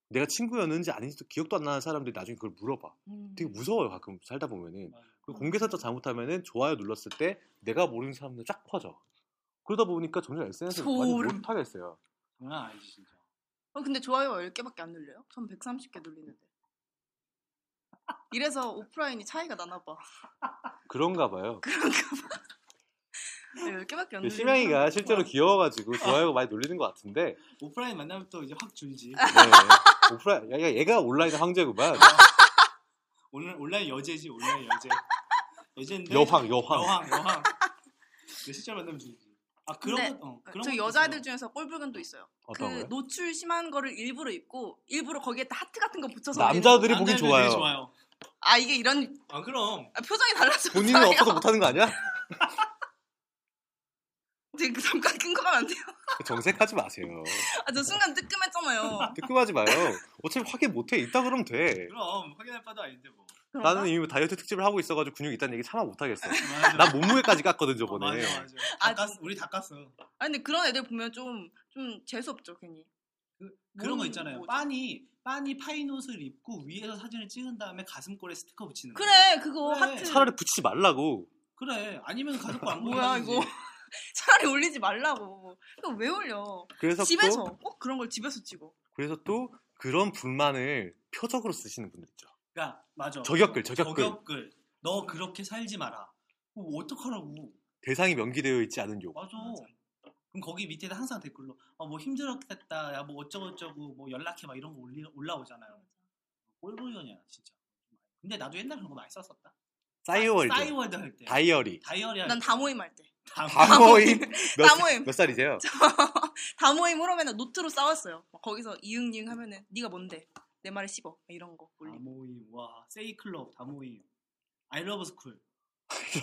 A: 내가 친구였는지 아닌지도 기억도 안 나는 사람들이 나중에 그걸 물어봐.
C: 음.
A: 되게 무서워요 가끔 살다 보면은.
B: 맞아.
A: 그 공개 설정 잘못하면은 좋아요 눌렀을 때 내가 모르는 사람들 쫙 퍼져. 그러다 보니까 점점 SNS를 많이
C: 소름.
A: 못 하겠어요.
B: 장난 아니지 진짜.
C: 어, 근데 좋아요 10개밖에 안 눌려요? 전 130개 눌리는데. 이래서 오프라인이 차이가 나나 봐.
A: 그런가 봐요.
C: 그런가 봐. 네, 10개밖에 안
A: 그
C: 눌리는
A: 심양이가
C: 사람도
A: 실제로
C: 좋아요.
A: 귀여워가지고 좋아요가 많이 눌리는 것 같은데
B: 오프라인 만나면 또 이제 확 줄지.
C: 아.
A: 네. 오프라 야, 야, 얘가 온라인 황제구만
B: 오늘 온라인 여제지 온라인 여제.
C: 네.
B: 여제인데.
A: 여황 여황
B: 여황 여황. 내 실제로 만나면 줄지. 아 그런
C: 근데
B: 것 어, 그런
C: 네, 저
B: 것도
C: 여자애들
B: 있어요.
C: 중에서 꼴불견도 있어요. 그
A: 어떤 거요?
C: 노출 심한 거를 일부러 입고 일부러 거기에 다 하트 같은 거 붙여서 올리는
A: 남자들이 보기
B: 남자애들 되게
A: 좋아요.
B: 좋아요.
C: 거. 아 이게 이런
B: 아 그럼
C: 아, 표정이 달라서
A: 본인은 없어서 못하는 거 아니야?
C: 지금 그 잠깐 끊고 가면 안 돼요?
A: 정색하지 마세요.
C: 아, 저 순간 뜨끔했잖아요.
A: 뜨끔하지 마요. 어차피 확인 못해 있다 그러면 돼.
B: 그럼 확인할 바도 아닌데 뭐.
C: 그런가?
A: 나는 이미 다이어트 특집을 하고 있어가지고 근육 있다는 얘기 참아 못하겠어.
B: 맞아.
A: 난 몸무게까지 깠거든
B: 어,
A: 저번에.
B: 맞아 맞아.
C: 아,
B: 다 깠어. 우리 다 깠어.
C: 아 근데 그런 애들 보면 좀 좀 재수 없죠 괜히.
B: 그런 거
C: 뭔-
B: 있잖아요.
C: 뭐지?
B: 빤이 빤이 파인 옷을 입고 위에서 사진을 찍은 다음에 가슴골에 스티커 붙이는 거.
C: 그래 그거
B: 그래.
C: 하트.
A: 차라리 붙이지 말라고.
B: 그래. 아니면 가족과 안
C: 뭐야
B: 보내든지.
C: 이거 차라리 올리지 말라고. 이거 왜 올려?
A: 그래서
C: 집에서
A: 또
C: 꼭 그런 걸 집에서 찍어.
A: 그래서 또 그런 불만을 표적으로 쓰시는 분들 있죠.
B: 그러니까 맞아.
A: 저격글, 저격글.
B: 저격글. 너 그렇게 살지 마라. 어, 어떡하라고.
A: 대상이 명기되어 있지 않은 욕.
B: 맞아. 그럼 거기 밑에다 항상 댓글로 어, 뭐 힘들었겠다. 야 뭐 어쩌고저쩌고 뭐 연락해 막 이런 거 올리, 올라오잖아요. 꼴불견이야 진짜. 근데 나도 옛날에 그런 거 많이 썼었다.
A: 싸이월드,
B: 싸이월드 할 때.
A: 다이어리,
B: 다이어리 할 때.
C: 난 다 모임 할 때.
B: 다
A: 다모임. 몇,
C: 다모임.
A: 몇 살이세요?
C: 다 모임으로 맨날 노트로 싸웠어요. 막 거기서 이응이응 하면은 네가 뭔데? 내 말을 씹어. 막 이런 거 올리고.
B: 모임. 아, 와 세이클럽 다 모임. 아이러브 스쿨.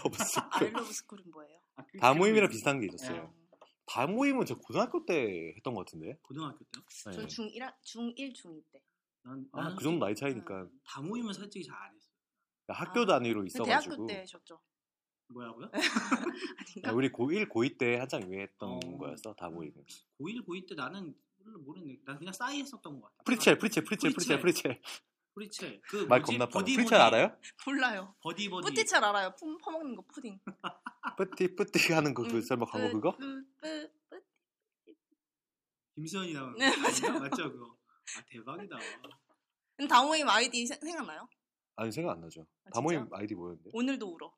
A: 러브스.
C: 아이러브 스쿨은 뭐예요?
B: 아, 그-
A: 그 다모임이랑 비슷한 게 있었어요.
C: 어.
A: 다모임은 제가 고등학교 때 했던 것 같은데.
B: 고등학교 때요?
A: 네.
C: 전 중1, 중1, 중2 때.
B: 난,
A: 아,
B: 나는
A: 그 정도 나이 차이니까
B: 다 모임은 솔직히 잘 안 했어.
A: 학교
C: 아.
A: 단위로
C: 근데 대학교
A: 있어가지고
C: 때셨죠?
B: 뭐라고요?
C: 아닌가?
A: 야, 우리 고1, 고2 때 한창 유행했던
B: 어. 음.
A: 거였어 다모임은
B: 고1, 고2 때 나는 별로 모르겠네. 난 그냥 싸이 했었던 것 같아.
A: 프리첼 프리첼 프리첼
B: 프리첼.
A: 프리첼 프리첼
B: 프리첼. 그
A: 말
B: 뭐지?
A: 겁나 빠르
B: 버디,
A: 프리첼
B: 버디.
A: 알아요?
C: 몰라요.
B: 버디 버디.
C: 뿌띠잘 알아요. 품 퍼먹는 거 푸딩.
A: 뿌띠 뿌띠 하는 거
C: 응.
A: 그 설마 광고
C: 뿌-
A: 그거?
C: 뿌- 뿌- 뿌-
B: 김수현이 나오는
C: 네,
B: 거. 맞아요. 맞죠 그거. 아 대박이다.
C: 근데 다모임 아이디 생- 생각나요?
A: 아니 생각 안 나죠
C: 아,
A: 다모임
C: 진짜?
A: 아이디 뭐였는데?
C: 오늘도 울어.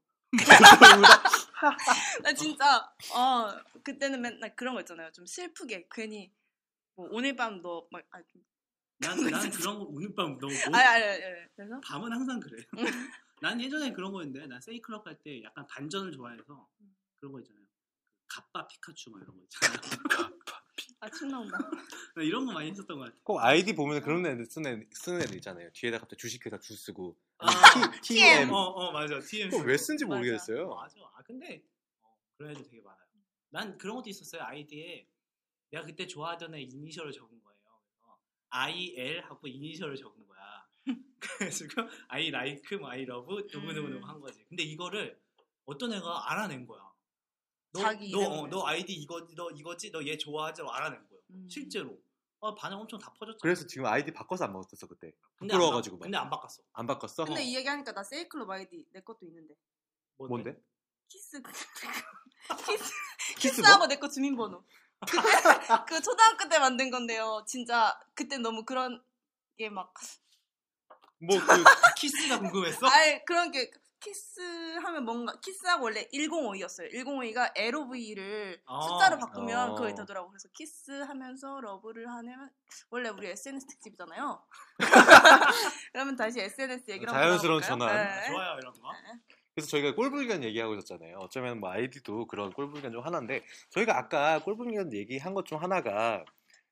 C: 나 진짜 어 그때는 맨날 그런 거 있잖아요. 좀 슬프게 괜히 뭐 오늘 밤너막 아, 좀-
B: 난, 난 그런 거 오늘 밤 너무 뭐,
C: 아니 아니 아니, 아니. 그래서
B: 밤은 항상 그래. 난 예전에 그런 거였는데 난 세이클럽 할 때 약간 반전을 좋아해서 그런 거 있잖아요. 갑바 피카츄 막 이런 거 있잖아요.
C: 아침 나온다.
B: 나 이런 거 많이 했었던 것 같아.
A: 꼭 아이디 보면 그런 애들 쓰는, 애- 쓰는 애들 있잖아요 뒤에다 갑자기 주식회사 주 쓰고
B: 아,
C: TM.
B: 어, 어, 맞아. TM.
A: 그거 왜 쓴지
C: 맞아.
A: 모르겠어요
B: 맞아. 아 근데 어, 그런 애들 되게 많아요. 난 그런 것도 있었어요. 아이디에 내가 그때 좋아하던 애 이니셜을 적은 거예요. 그래서 I L 하고 이니셜을 적은 거야. 그래서 I like, 뭐 I love 누구 누구
A: 음.
B: 누구 한 거지. 근데 이거를 어떤 애가 알아낸 거야. 너,
C: 자기
B: 너,
C: 이름을.
B: 어, 너 아이디 이거 너 이거지 너 얘 좋아하지 너 알아낸 거야.
C: 음.
B: 실제로. 어, 반응 엄청 다 퍼졌잖아.
A: 그래서 지금 아이디 바꿔서 안 바꿨었어 그때
B: 근데 안 바-
A: 부끄러워가지고 막.
B: 근데 안 바꿨어.
A: 안 바꿨어?
C: 근데 이 얘기 하니까 나 세이클럽 아이디 내 것도 있는데
A: 뭔데?
C: 키스 키스
A: 키스
C: 키스하고 내 거 주민번호. 그때 그 초등학교 때 만든 건데요. 진짜 그때 너무 그런 게 막
A: 뭐그
B: 아, 키스가 궁금했어?
C: 아니 그런 게 키스하면 뭔가 키스하고 원래 105였어요. 105가 LOV를
B: 아.
C: 숫자로 바꾸면
A: 어.
C: 그게 되더라고. 그래서 키스하면서 러브를 하면 원래 우리 SNS 특집이잖아요. 그러면 다시 SNS 얘기를 한번
A: 자연스러운
C: 돌아볼까요?
A: 전환.
C: 네.
B: 좋아요 이런 거.
A: 그래서 저희가 꼴불견 얘기하고 있었잖아요. 어쩌면 뭐 아이디도 그런 꼴불견 중 하나인데 저희가 아까 꼴불견 얘기한 것 중 하나가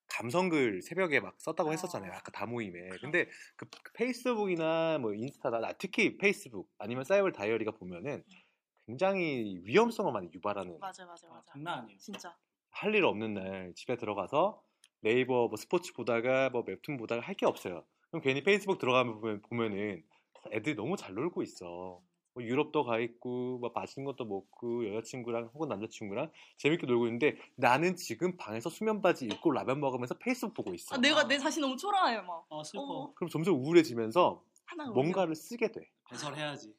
A: 감성글 새벽에 막 썼다고
C: 어.
A: 했었잖아요. 아까 다모임에. 근데 그 페이스북이나 뭐 인스타나 나- 특히 페이스북 아니면 사이버 다이어리가 보면은 굉장히 위험성을 많이 유발하는
C: 맞아요, 맞아요,
B: 아,
C: 맞아요.
B: 장난 아니에요.
C: 진짜.
A: 할 일 없는 날 집에 들어가서 네이버 뭐 스포츠 보다가 뭐 웹툰 보다가 할 게 없어요. 그럼 괜히 페이스북 들어가면 보면, 보면은 애들이 너무 잘 놀고 있어. 뭐 유럽도 가 있고 뭐 맛있는 것도 먹고 여자친구랑 혹은 남자친구랑 재밌게 놀고 있는데 나는 지금 방에서 수면 바지 입고 라면 먹으면서 페이스북 보고 있어.
C: 아, 내가 내 자신 너무 초라해 막.
B: 어
C: 어머.
B: 슬퍼.
A: 그럼 점점 우울해지면서
C: 하나
A: 뭔가를 쓰게 돼.
B: 배설해야지.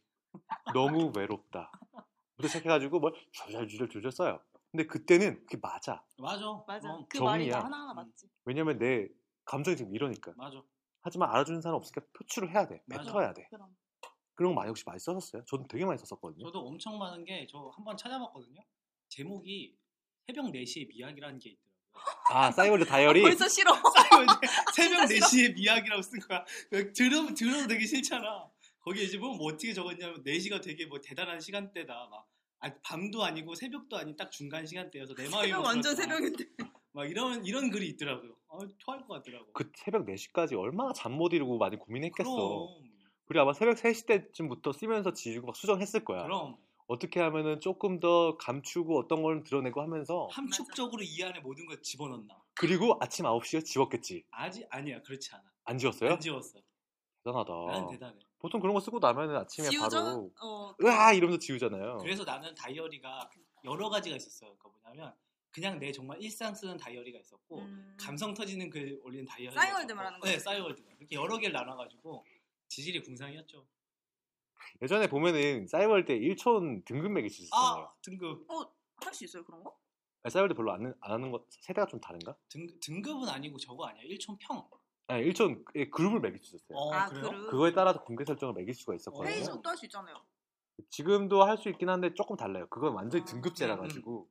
A: 너무 외롭다. 부터 시작해가지고 뭘 줄줄줄줄 줄줄 써요. 근데 그때는 그게 맞아.
B: 맞아.
C: 맞아.
B: 어, 음,
C: 그 말이
A: 정의야. 음.
C: 다 하나하나 맞지.
A: 왜냐면 내 감정이 지금 이러니까.
B: 맞아.
A: 하지만 알아주는 사람 없으니까 표출을 해야 돼.
B: 맞아.
A: 뱉어야 돼.
C: 그럼.
A: 그런 거 많이 혹시 많이 썼었어요? 저도 되게 많이 썼었거든요.
B: 저도 엄청 많은 게 저 한 번 찾아봤거든요. 제목이 새벽 4시에 미학이라는 게 있더라고요.
A: 아, 싸이월드 다이어리?
C: 벌써 싫어.
B: 새벽
C: 아, 진짜
B: 4시에 미학이라고 쓴 거야. 들으면, 들어도 되게 싫잖아. 거기에 이제 보면 뭐 어떻게 적었냐면 4시가 되게 뭐 대단한 시간대다. 막 아, 밤도 아니고 새벽도 아닌 딱 중간 시간대여서 내
A: 아,
B: 마음이
C: 새벽 완전 새벽인데.
B: 막 이런 이런 글이 있더라고요. 아, 토할 것 같더라고.
A: 그 새벽 4시까지 얼마나 잠 못 이루고 많이 고민했겠어.
B: 그럼.
A: 그리고 아마 새벽 3시 때쯤부터 쓰면서 지우고 막 수정했을 거야.
B: 그럼
A: 어떻게 하면은 조금 더 감추고 어떤 걸 드러내고
C: 어,
A: 하면서
B: 함축적으로 이 안에 모든 걸 집어넣나?
A: 그리고 아침 9시에 지웠겠지.
B: 아직 아니야. 그렇지 않아.
A: 안 지웠어요? 어.
B: 안 지웠어.
A: 대단하다.
B: 나는 대단해.
A: 보통 그런 거 쓰고 나면은 아침에
C: 지우죠?
A: 바로
C: 어.
A: 으아 이러면서 지우잖아요.
B: 그래서 나는 다이어리가 여러 가지가 있었어요. 그러니까 뭐냐면 그냥 내 정말 일상 쓰는 다이어리가 있었고
C: 음.
B: 감성 터지는 글 올린 다이어리.
C: 싸이월드 말하는 거죠?
B: 네, 싸이월드. 이렇게 여러 개를 나눠가지고 지질이 궁상이었죠.
A: 예전에 보면은 싸이월 때 1촌 등급맥이 있었잖아요.
B: 아 등급
C: 어, 할 수 있어요, 그런 거?
A: 아, 싸이월드 별로 안, 안 하는 것 세대가 좀 다른가?
B: 등 등급은 아니고 저거 아니야. 1촌 평.
A: 아니, 1촌 네, 그룹을 매길 수 있었어요.
B: 어
C: 아,
B: 그래요?
C: 그룹.
A: 그거에 따라서 공개 설정을 매길 수가 있었거든요.
B: 어.
C: 페이스북도 할 수 있잖아요.
A: 지금도 할 수 있긴 한데 조금 달라요. 그건 완전히
C: 아,
A: 등급제라 가지고.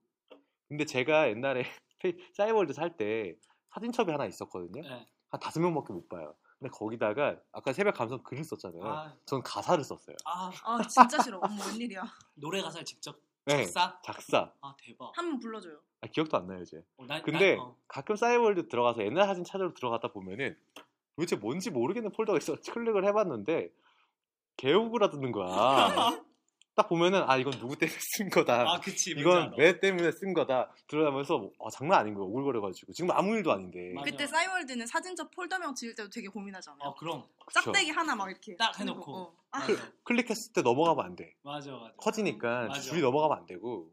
A: 근데 제가 옛날에 페이- 싸이월드 살 때 사진첩이 하나 있었거든요.
B: 네.
A: 한 다섯 명밖에 못 봐요. 근데 거기다가 아까 새벽 감성 글을 썼잖아요.
B: 아,
A: 저는 가사를 썼어요.
B: 아
C: 아, 진짜 싫어. 어머, 웬일이야.
B: 노래 가사를 직접
A: 네,
B: 작사.
A: 작사.
B: 아 대박.
C: 한번 불러줘요.
A: 아, 기억도 안 나요 이제.
B: 어, 난-
A: 근데
B: 난- 어.
A: 가끔 싸이월드 들어가서 옛날 사진 찾으러 들어가다 보면은 도대체 뭔지 모르겠는 폴더가 있어 클릭을 해봤는데 개우그라드는 거야. 딱 보면은 아 이건 누구 때문에 쓴 거다.
B: 아 그치. 뭔지
A: 이건
B: 알아.
A: 내 때문에 쓴 거다. 들어가면서 아, 장난 아닌 거야. 오글거려가지고 지금 아무 일도 아닌데.
B: 맞아.
C: 그때 싸이월드는 사진첩 폴더명 지을 때도 되게 고민하잖아요.
B: 아 그럼.
A: 그쵸?
C: 짝대기 하나 막 이렇게
B: 딱 해놓고.
C: 어. 아,
B: 맞아
A: 클릭했을 때 넘어가면 안 돼.
B: 맞아. 맞아.
A: 커지니까
B: 맞아.
A: 줄이 넘어가면 안 되고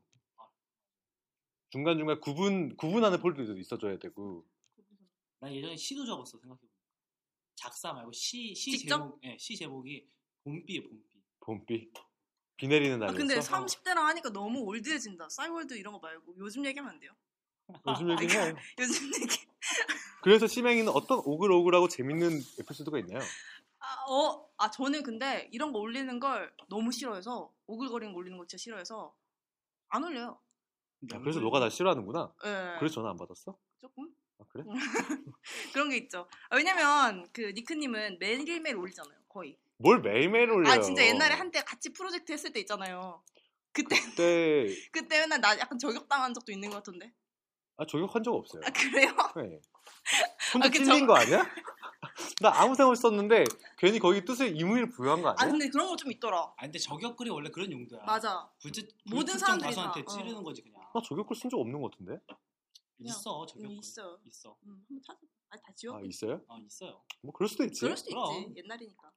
A: 중간 중간 구분 구분하는 폴더도 있어줘야 되고.
B: 난 예전에 시도 적었어 생각해보니까 작사 말고 시, 시
C: 직접?
B: 제목 예, 시 제목이 봄비에 봄비
A: 봄비 비 내리는
C: 아,
A: 날이었어.
C: 근데 30대랑 하니까 너무 올드해진다. 싸이월드 이런 거 말고 요즘 얘기하면 안 돼요.
A: 요즘 얘기해.
C: 요즘 얘기.
A: 그래서 심행이는 어떤 오글오글하고 재밌는 에피소드가 있나요?
C: 아, 어, 아 저는 근데 이런 거 올리는 걸 너무 싫어해서 오글거리는 거 올리는 거 진짜 싫어해서 안 올려요.
A: 야, 아, 그래서
C: 음.
A: 너가 날 싫어하는구나.
C: 예.
B: 그렇죠.
A: 그래서 전화 안 받았어?
C: 조금
A: 아, 그래?
C: 그런 게 있죠. 아, 왜냐면 그 니크님은 매일매일 올리잖아요. 거의.
A: 뭘 매일매일 올려요?
C: 아 진짜 옛날에 한때 같이 프로젝트 했을 때 있잖아요. 그때
A: 그때
C: 그때 맨날 나 약간 저격당한 적도 있는 것 같은데.
A: 아 저격한 적 없어요.
C: 아 그래요?
A: 네. 혼자
C: 아, 그쵸.
A: 찔린 거 아니야? 나 아무 생각 썼는데 괜히 거기 뜻에 의무를 부여한 거
C: 아
A: 아니야?
C: 근데 그런 거 좀 있더라.
B: 아 근데 저격글이 원래 그런 용도야
C: 맞아.
B: 불특,
C: 모든
B: 모든 사람
C: 사람들이
B: 가수한테
C: 다, 어.
B: 찌르는 거지 그냥
A: 나 아, 저격글 쓴 적 없는 것 같은데? 아,
C: 그냥
B: 있어
C: 음,
B: 저격글
C: 있어요.
B: 있어
C: 음, 한번 찾아. 아, 다 지워.
A: 아 있어요?
B: 어 있어요
A: 뭐 그럴 수도 있지.
C: 그럴 수도
B: 그럼.
C: 있지. 옛날이니까.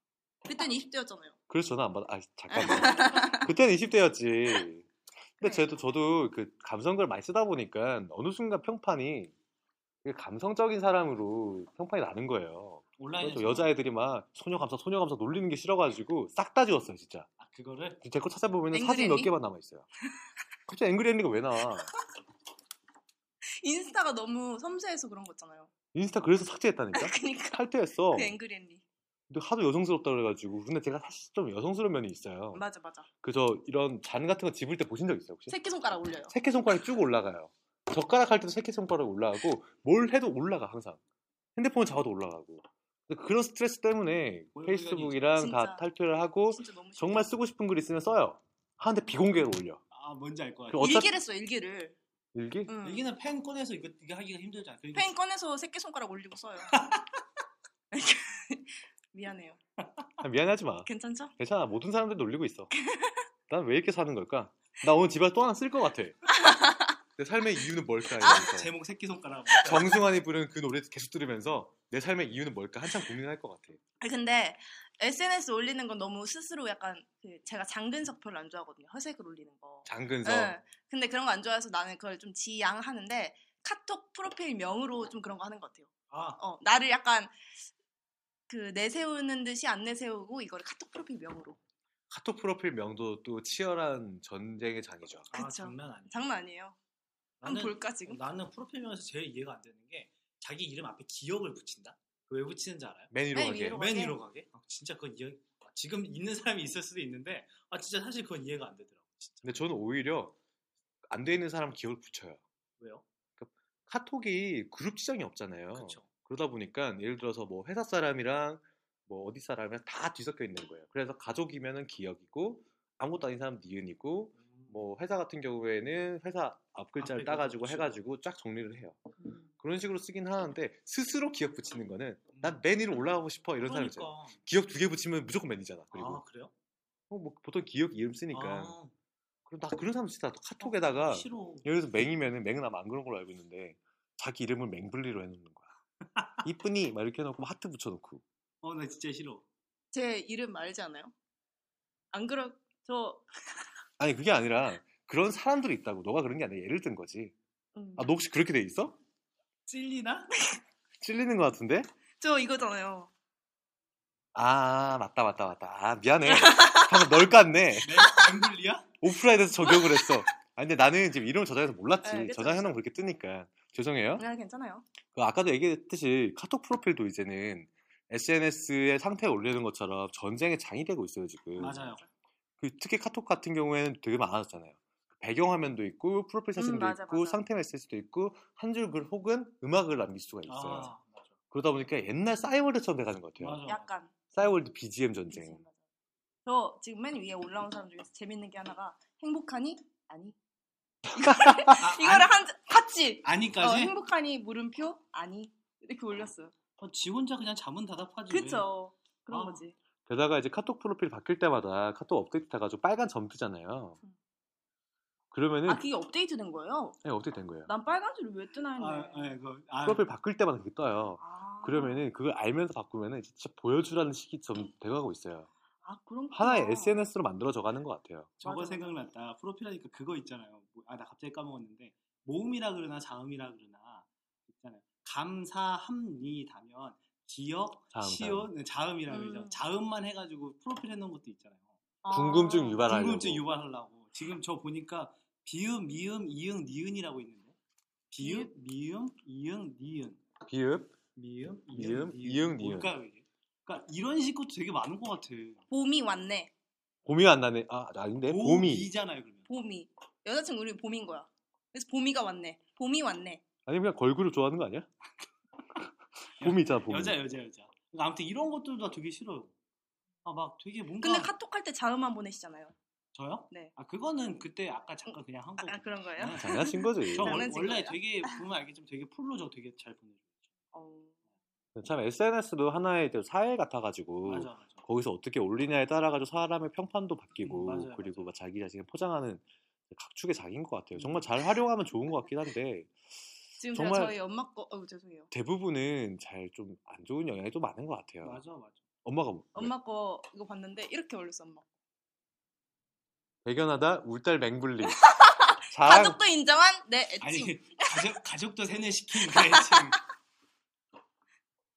C: 그땐 20대였잖아요.
A: 그래서 전화 안 받아. 아 잠깐만. 그때는 20대였지.
C: 네.
A: 근데 저도 저도 그 감성글 많이 쓰다 보니까 어느 순간 평판이 그 감성적인 사람으로 평판이 나는 거예요.
B: 온라인에서
A: 그래서 여자애들이 막 소녀 감성 소녀 감성 놀리는 게 싫어가지고 싹 다 지웠어요 진짜.
B: 아, 그거를
A: 제 거 찾아보면
C: 앵그리
A: 사진 몇
C: 앤디?
A: 개만 남아 있어요. 갑자기 앵그리 앤리가 왜 나와?
C: 인스타가 너무 섬세해서 그런 거잖아요.
A: 인스타 그래서 삭제했다니까.
C: 그러니까
A: 탈퇴했어.
C: 그 앵그리 앤리.
A: 근데 하도 여성스럽다 그래가지고. 근데 제가 사실 좀 여성스러운 면이 있어요.
C: 맞아 맞아.
A: 그래서 이런 잔 같은 거 집을 때 보신 적 있어요 혹시?
C: 새끼 손가락 올려요.
A: 새끼손가락이 쭉 올라가요. 젓가락 할 때도 새끼손가락이 올라가고 뭘 해도 올라가 항상. 핸드폰을 잡아도 올라가고. 근데 그런 스트레스 때문에
B: 고용
A: 페이스북이랑
C: 진짜.
A: 다 탈퇴를 하고
C: 진짜 너무 싫어.
A: 정말 쓰고 싶은 글 있으면 써요. 하는데 비공개로 올려.
B: 아 뭔지 알 것
A: 그
B: 같아
A: 어차피-
C: 일기를 음. 써 일기를.
A: 일기?
C: 응.
B: 여기는 펜 꺼내서 이거, 이거 하기가 힘들잖아 그러니까
C: 펜 꺼내서 새끼 손가락 올리고 써요. 미안해요.
A: 아, 미안하지 마.
C: 괜찮죠? 그
A: 괜찮아. 모든 사람들 놀리고 있어. 난 왜 이렇게 사는 걸까? 나 오늘 집에서 또 하나 쓸 것 같아. 내 삶의 이유는
C: 아,
A: 뭘까? 이러면서
B: 제목 새끼손가락.
A: 정승환이 부른 그 노래 계속 들으면서 내 삶의 이유는 뭘까? 한참 고민할 것 같아.
C: 아니, 근데 SNS 올리는 건 너무 스스로 약간 그 제가 장근석 별로 안 좋아하거든요. 허세글 올리는 거.
A: 장근석.
C: 응. 근데 그런 거 안 좋아해서 나는 그걸 좀 지양하는데 카톡 프로필 명으로 좀 그런 거 하는 것 같아요.
B: 아,
C: 어, 나를 약간 그 내세우는 듯이 안 내세우고 이거를 카톡 프로필 명으로.
A: 카톡 프로필 명도 또 치열한 전쟁의 장이죠.
B: 아
C: 그쵸.
B: 장난 아니야.
C: 장난 아니에요. 한번 볼까 지금?
B: 나는 프로필명에서 제일 이해가 안 되는 게 자기 이름 앞에 기억을 붙인다. 그왜 붙이는지 알아요?
A: 맨 위로
C: 맨
A: 가게.
C: 위로.
B: 맨
C: 가게?
B: 위로 가게? 아, 진짜 그건 이해. 아, 지금 있는 사람이 있을 수도 있는데 아 진짜 사실 그건 이해가 안 되더라고. 진짜.
A: 근데 저는 오히려 안 돼 있는 사람 기억을 붙여요. 그
B: 왜요?
A: 카톡이 그룹 지정이 없잖아요.
B: 그렇죠.
A: 그러다 보니까 예를 들어서 뭐 회사 사람이랑 뭐 어디 사람이랑 다 뒤섞여 있는 거예요. 그래서 가족이면은 기억이고 아무것도 아닌 사람 니은이고
B: 음.
A: 뭐 회사 같은 경우에는 회사 앞 글자를
B: 앞에
A: 따가지고
B: 그거
A: 해가지고 쫙 정리를 해요.
B: 음.
A: 그런 식으로 쓰긴 하는데 스스로 기억 붙이는 거는 난 맨 위로 올라가고 싶어 이런 사람 있잖아.
B: 그러니까.
A: 기억 두 개 붙이면 무조건 맨이잖아. 그리고
B: 아 그래요?
A: 어, 뭐 보통 기억 이름 쓰니까
B: 아,
A: 그럼 나 그런 사람
C: 어,
A: 진짜 카톡에다가
B: 싫어.
A: 예를 들어서 맹이면은 맹은 아마 안 그런 걸로 알고 있는데 자기 이름을 맹블리로 해놓는 거야. 이쁘니 막 이렇게 해놓고 막 하트 붙여놓고
B: 어 나 진짜 싫어.
C: 제 이름 알지 않아요? 안 그러 저
A: 아니 그게 아니라 그런 사람들이 있다고 너가 그런 게 아니라 예를 든 거지.
B: 뭐
C: 음.
A: 아 너 혹시 그렇게 돼 있어?
B: 찔리나? 네?
A: 찔리는 것 같은데?
C: 저 이거잖아요.
A: 아 맞다 맞다 맞다. 아 미안해. 방금 널 깠네.
B: 엠블리야?
A: 오프라인에서 적용을 했어. 아 근데 나는 지금 이름을 저장해서 몰랐지.
C: 네, 그쵸,
A: 저장해놓으면 그렇게 뜨니까 죄송해요.
C: 네, 괜찮아요.
A: 그 아까도 얘기했듯이 카톡 프로필도 이제는 SNS의 상태에 올리는 것처럼 전쟁의 장이 되고 있어요 지금.
B: 맞아요.
A: 그 특히 카톡 같은 경우에는 되게 많아졌잖아요. 배경 화면도 있고 프로필 사진도
C: 맞아,
A: 있고
C: 맞아.
A: 상태 메시지도 있고 한 줄 글 혹은 음악을 남길 수가 있어요.
B: 아 맞아.
A: 그러다 보니까 옛날 싸이월드처럼 돼가는 것 같아요.
B: 맞아. 맞아.
C: 약간
A: 싸이월드 BGM 전쟁.
C: 비슷합니다. 네. 저 지금 맨 위에 올라온 사람 중에서 재밌는 게 하나가 행복하니? 아니.
B: 아,
C: 이거를 한 같이. 어,
B: 아니까지?
C: 행복하니 물음표? 아니. 이렇게 올렸어요.
B: 어, 지 혼자 그냥 자문 다답하지. 왜?
C: 그쵸? 그런
B: 아.
C: 거지.
A: 게다가 이제 카톡 프로필 바뀔 때마다 카톡 업데이트 돼가지고 빨간 점 뜨잖아요. 그러면은
C: 아 그게 업데이트 된 거예요?
A: 네, 어떻게 된 거예요?
C: 난 빨간 줄을 왜 뜨나
B: 아,
C: 했네.
B: 예, 그, 아,
A: 프로필 바뀔 때마다 그게 떠요.
C: 아.
A: 그러면은 그걸 알면서 바꾸면은 진짜 보여주라는 식이 좀 돼가고 있어요.
C: 아 그런
A: 하나의 SNS로 만들어져가는 것 같아요.
B: 저거
C: 맞아.
B: 생각났다. 프로필하니까 그거 있잖아요. 아, 나 갑자기 까먹었는데. 모음이라 그러나 자음이라 그러나 있잖아요. 감사합니다면 기억,
A: 자음,
B: 시온, 네, 자음이라
C: 음.
B: 그러죠. 자음만 해가지고 프로필 해놓은 것도 있잖아요.
A: 궁금증 유발하려고.
B: 궁금증 유발하려고. 지금 저 보니까 비음, 미음, 이응, 니은이라고 있는데. 비음, 미음, 이응, 니은.
A: 비읍,
B: 미음,
A: 미음,
B: 이응,
A: 이응, 니은.
B: 뭘까요 이게? 그러니까 이런 식 것도 되게 많은 것 같아.
C: 봄이 왔네.
A: 봄이 안 나네. 아, 아닌데? 봄이.
B: 잖아요 그러면.
C: 봄이. 여자친구 우리 봄인 거야. 그래서 봄이가 왔네. 봄이 왔네.
A: 아니, 그냥 걸그룹 좋아하는 거 아니야? 봄이 있잖아, 봄이.
B: 여자 여자 여자. 그러니까 아무튼 이런 것들도 다 되게 싫어요. 아 어. 막 되게 뭔가
C: 근데 카톡 할 때 자음만 보내시잖아요.
B: 저요?
C: 네.
B: 아 그거는 그때 아까 잠깐 그냥 한 거고.
C: 아 그런 거예요?
B: 네.
A: 장난친 거지.
B: 저 원-
C: 장난친
B: 원래
C: 거예요?
B: 되게 보면 알겠지만 되게 풀로 저 되게 잘 보내줘.
C: 어.
A: 참 SNS도 하나의 그 사회 같아가지고
B: 맞아 맞아.
A: 거기서 어떻게 올리냐에 따라가지고 사람의 평판도 바뀌고
B: 음, 맞아요, 음.
A: 그리고
B: 맞아요.
A: 막 자기 자신을 포장하는 각축의 장인 것 같아요. 정말 잘 활용하면 좋은 것 같긴 한데
C: 지금 제가
A: 정말-
C: 저희 엄마 거, 어우 죄송해요.
A: 대부분은 잘 좀 안 좋은 영향이 좀 많은 것 같아요.
B: 맞아 맞아.
A: 엄마가 뭐-
C: 엄마 거 이거 봤는데 이렇게 올렸어 엄마.
A: 배견하다 울딸 맹불리 자랑
C: 가족도 인정한 내
B: 아니
C: 애칭.
B: 가족 가족도 세뇌시키는데 지금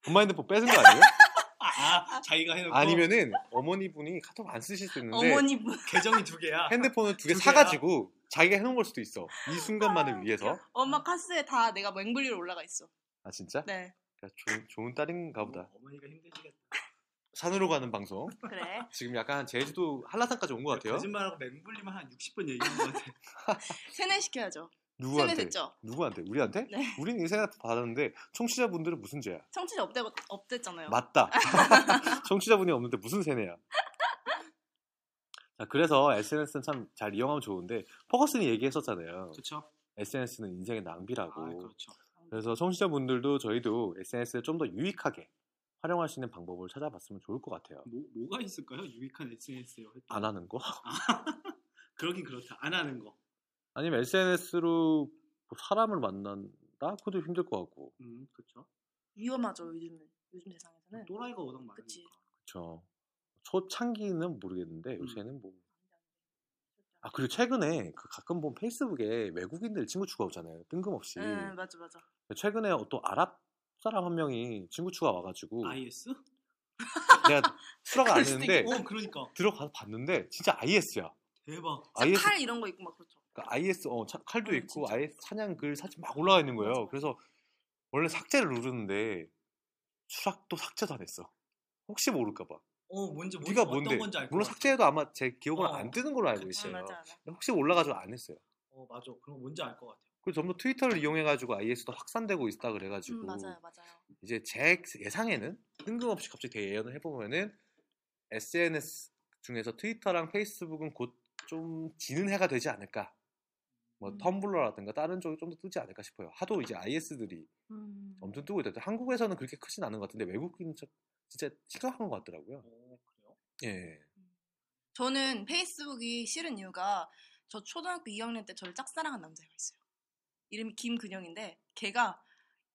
A: 엄마 핸드폰 뺏은 거 아니에요?
B: 아, 아, 자기가 해놓고
A: 아니면은 어머니분이 카톡 안 쓰실 수 있는데
C: 어. 어머니 분.
B: 계정이 두 개야.
A: 핸드폰을 두 개
B: 두 개야.
A: 사가지고 자기가 해놓은 걸 수도 있어. 이
C: 아,
A: 순간만을 위해서.
C: 엄마 카스에 다 내가 맹블리로 올라가 있어.
A: 아 진짜?
C: 네. 음.
A: 그러니까 좋은, 좋은 딸인가 보다.
B: 어머, 어머니가 힘드시겠다.
A: 산으로 가는 방송.
C: 그래.
A: 지금 약간 제주도 한라산까지
C: 네,
A: 온 것 같아요.
B: 거짓말하고 맹불리만 한 60분 얘기한 것 같아.
C: 세뇌시켜야죠.
A: 누구한테?
C: 세뇌됐죠.
A: 누구한테? 우리한테?
C: 네.
A: 우린 인생 받았는데 청취자분들은 무슨 죄야?
C: 청취자 업되고 업됐잖아요.
A: 맞다. 청취자분이 없는데 무슨 세뇌야? 자, 그래서 SNS는 참 잘 이용하면 좋은데 퍼거슨이 얘기했었잖아요.
B: 그렇죠?
A: SNS는 인생의
B: 아
A: 낭비라고.
B: 그렇죠.
A: 그래서 청취자분들도 저희도 SNS를 좀 더 유익하게 활용할 수 있는
B: 네.
A: 방법을 찾아봤으면 좋을 것 같아요.
B: 뭐 뭐가 있을까요? 유익한 SNS요.
A: 안 하는 거?
B: 그러긴 그렇다. 안 하는 거.
A: 아니면 SNS로 뭐 사람을 만난다? 그것도 힘들 것 같고.
B: 음, 그렇죠.
C: 위험하죠 요즘 요즘 세상에서는
B: 또라이가 워낙 많으니까.
C: 네. 그치.
A: 그쵸. 초창기는 모르겠는데
B: 음.
A: 요새는 뭐. 아 그리고 최근에 그 가끔 보면 페이스북에 외국인들 친구 추가 오잖아요. 뜬금없이.
B: 음.
C: 응 맞아 맞아
A: 최근에 또 아랍 사람 한 명이 친구 추가 와가지고
B: IS?
A: 내가 들어가 뭐 안
C: 그럴 수도
A: 했는데
B: 어, 그러니까
A: 들어가서 봤는데 진짜 IS야.
B: 대박.
A: IS
C: 칼 이런 거 있고 막 그렇죠
A: 그러니까 IS 어 차- 칼도
B: 아,
C: 어,
A: 있고
C: 진짜.
A: IS 사냥 글 사진 막 올라와 있는 거예요. 그래서 원래 삭제를 누르는데 수락도 삭제도 안 했어. 혹시 모를까봐.
B: 어, 뭔지 뭔-
A: 네가
B: 어떤
A: 뭔데?
B: 건지 알것
A: 물론
B: 같아.
A: 삭제해도 아마 제 기억은
B: 어.
A: 안 뜨는 걸로 알고
B: 그치,
C: 응
A: 있어요.
C: 맞아 맞아
A: 근데 혹시 올라가지고 안 했어요.
B: 어, 맞아. 그럼 뭔지 알 것 같아.
A: 그리고 점점 트위터를 이용해가지고 IS도 확산되고 있다 그래가지고
C: 응 음, 맞아요 맞아요
A: 이제 제 예상에는 뜬금없이 갑자기 대예언을 해보면은 SNS 중에서 트위터랑 페이스북은 곧 좀 지는 해가 되지 않을까. 뭐
C: 음.
A: 텀블러라든가 다른 쪽이 좀 더 뜨지 않을까 싶어요. 하도 이제 IS들이
C: 음.
A: 엄청 뜨고 있다. 한국에서는 그렇게 크진 않은 것 같은데 외국인 진짜 심각한 것 같더라고요.
B: 어, 그래요?
A: 예.
C: 저는 페이스북이 싫은 이유가 저 초등학교 2학년 때 저를 짝사랑한 남자애가 있어요. 이름이 김근영인데 걔가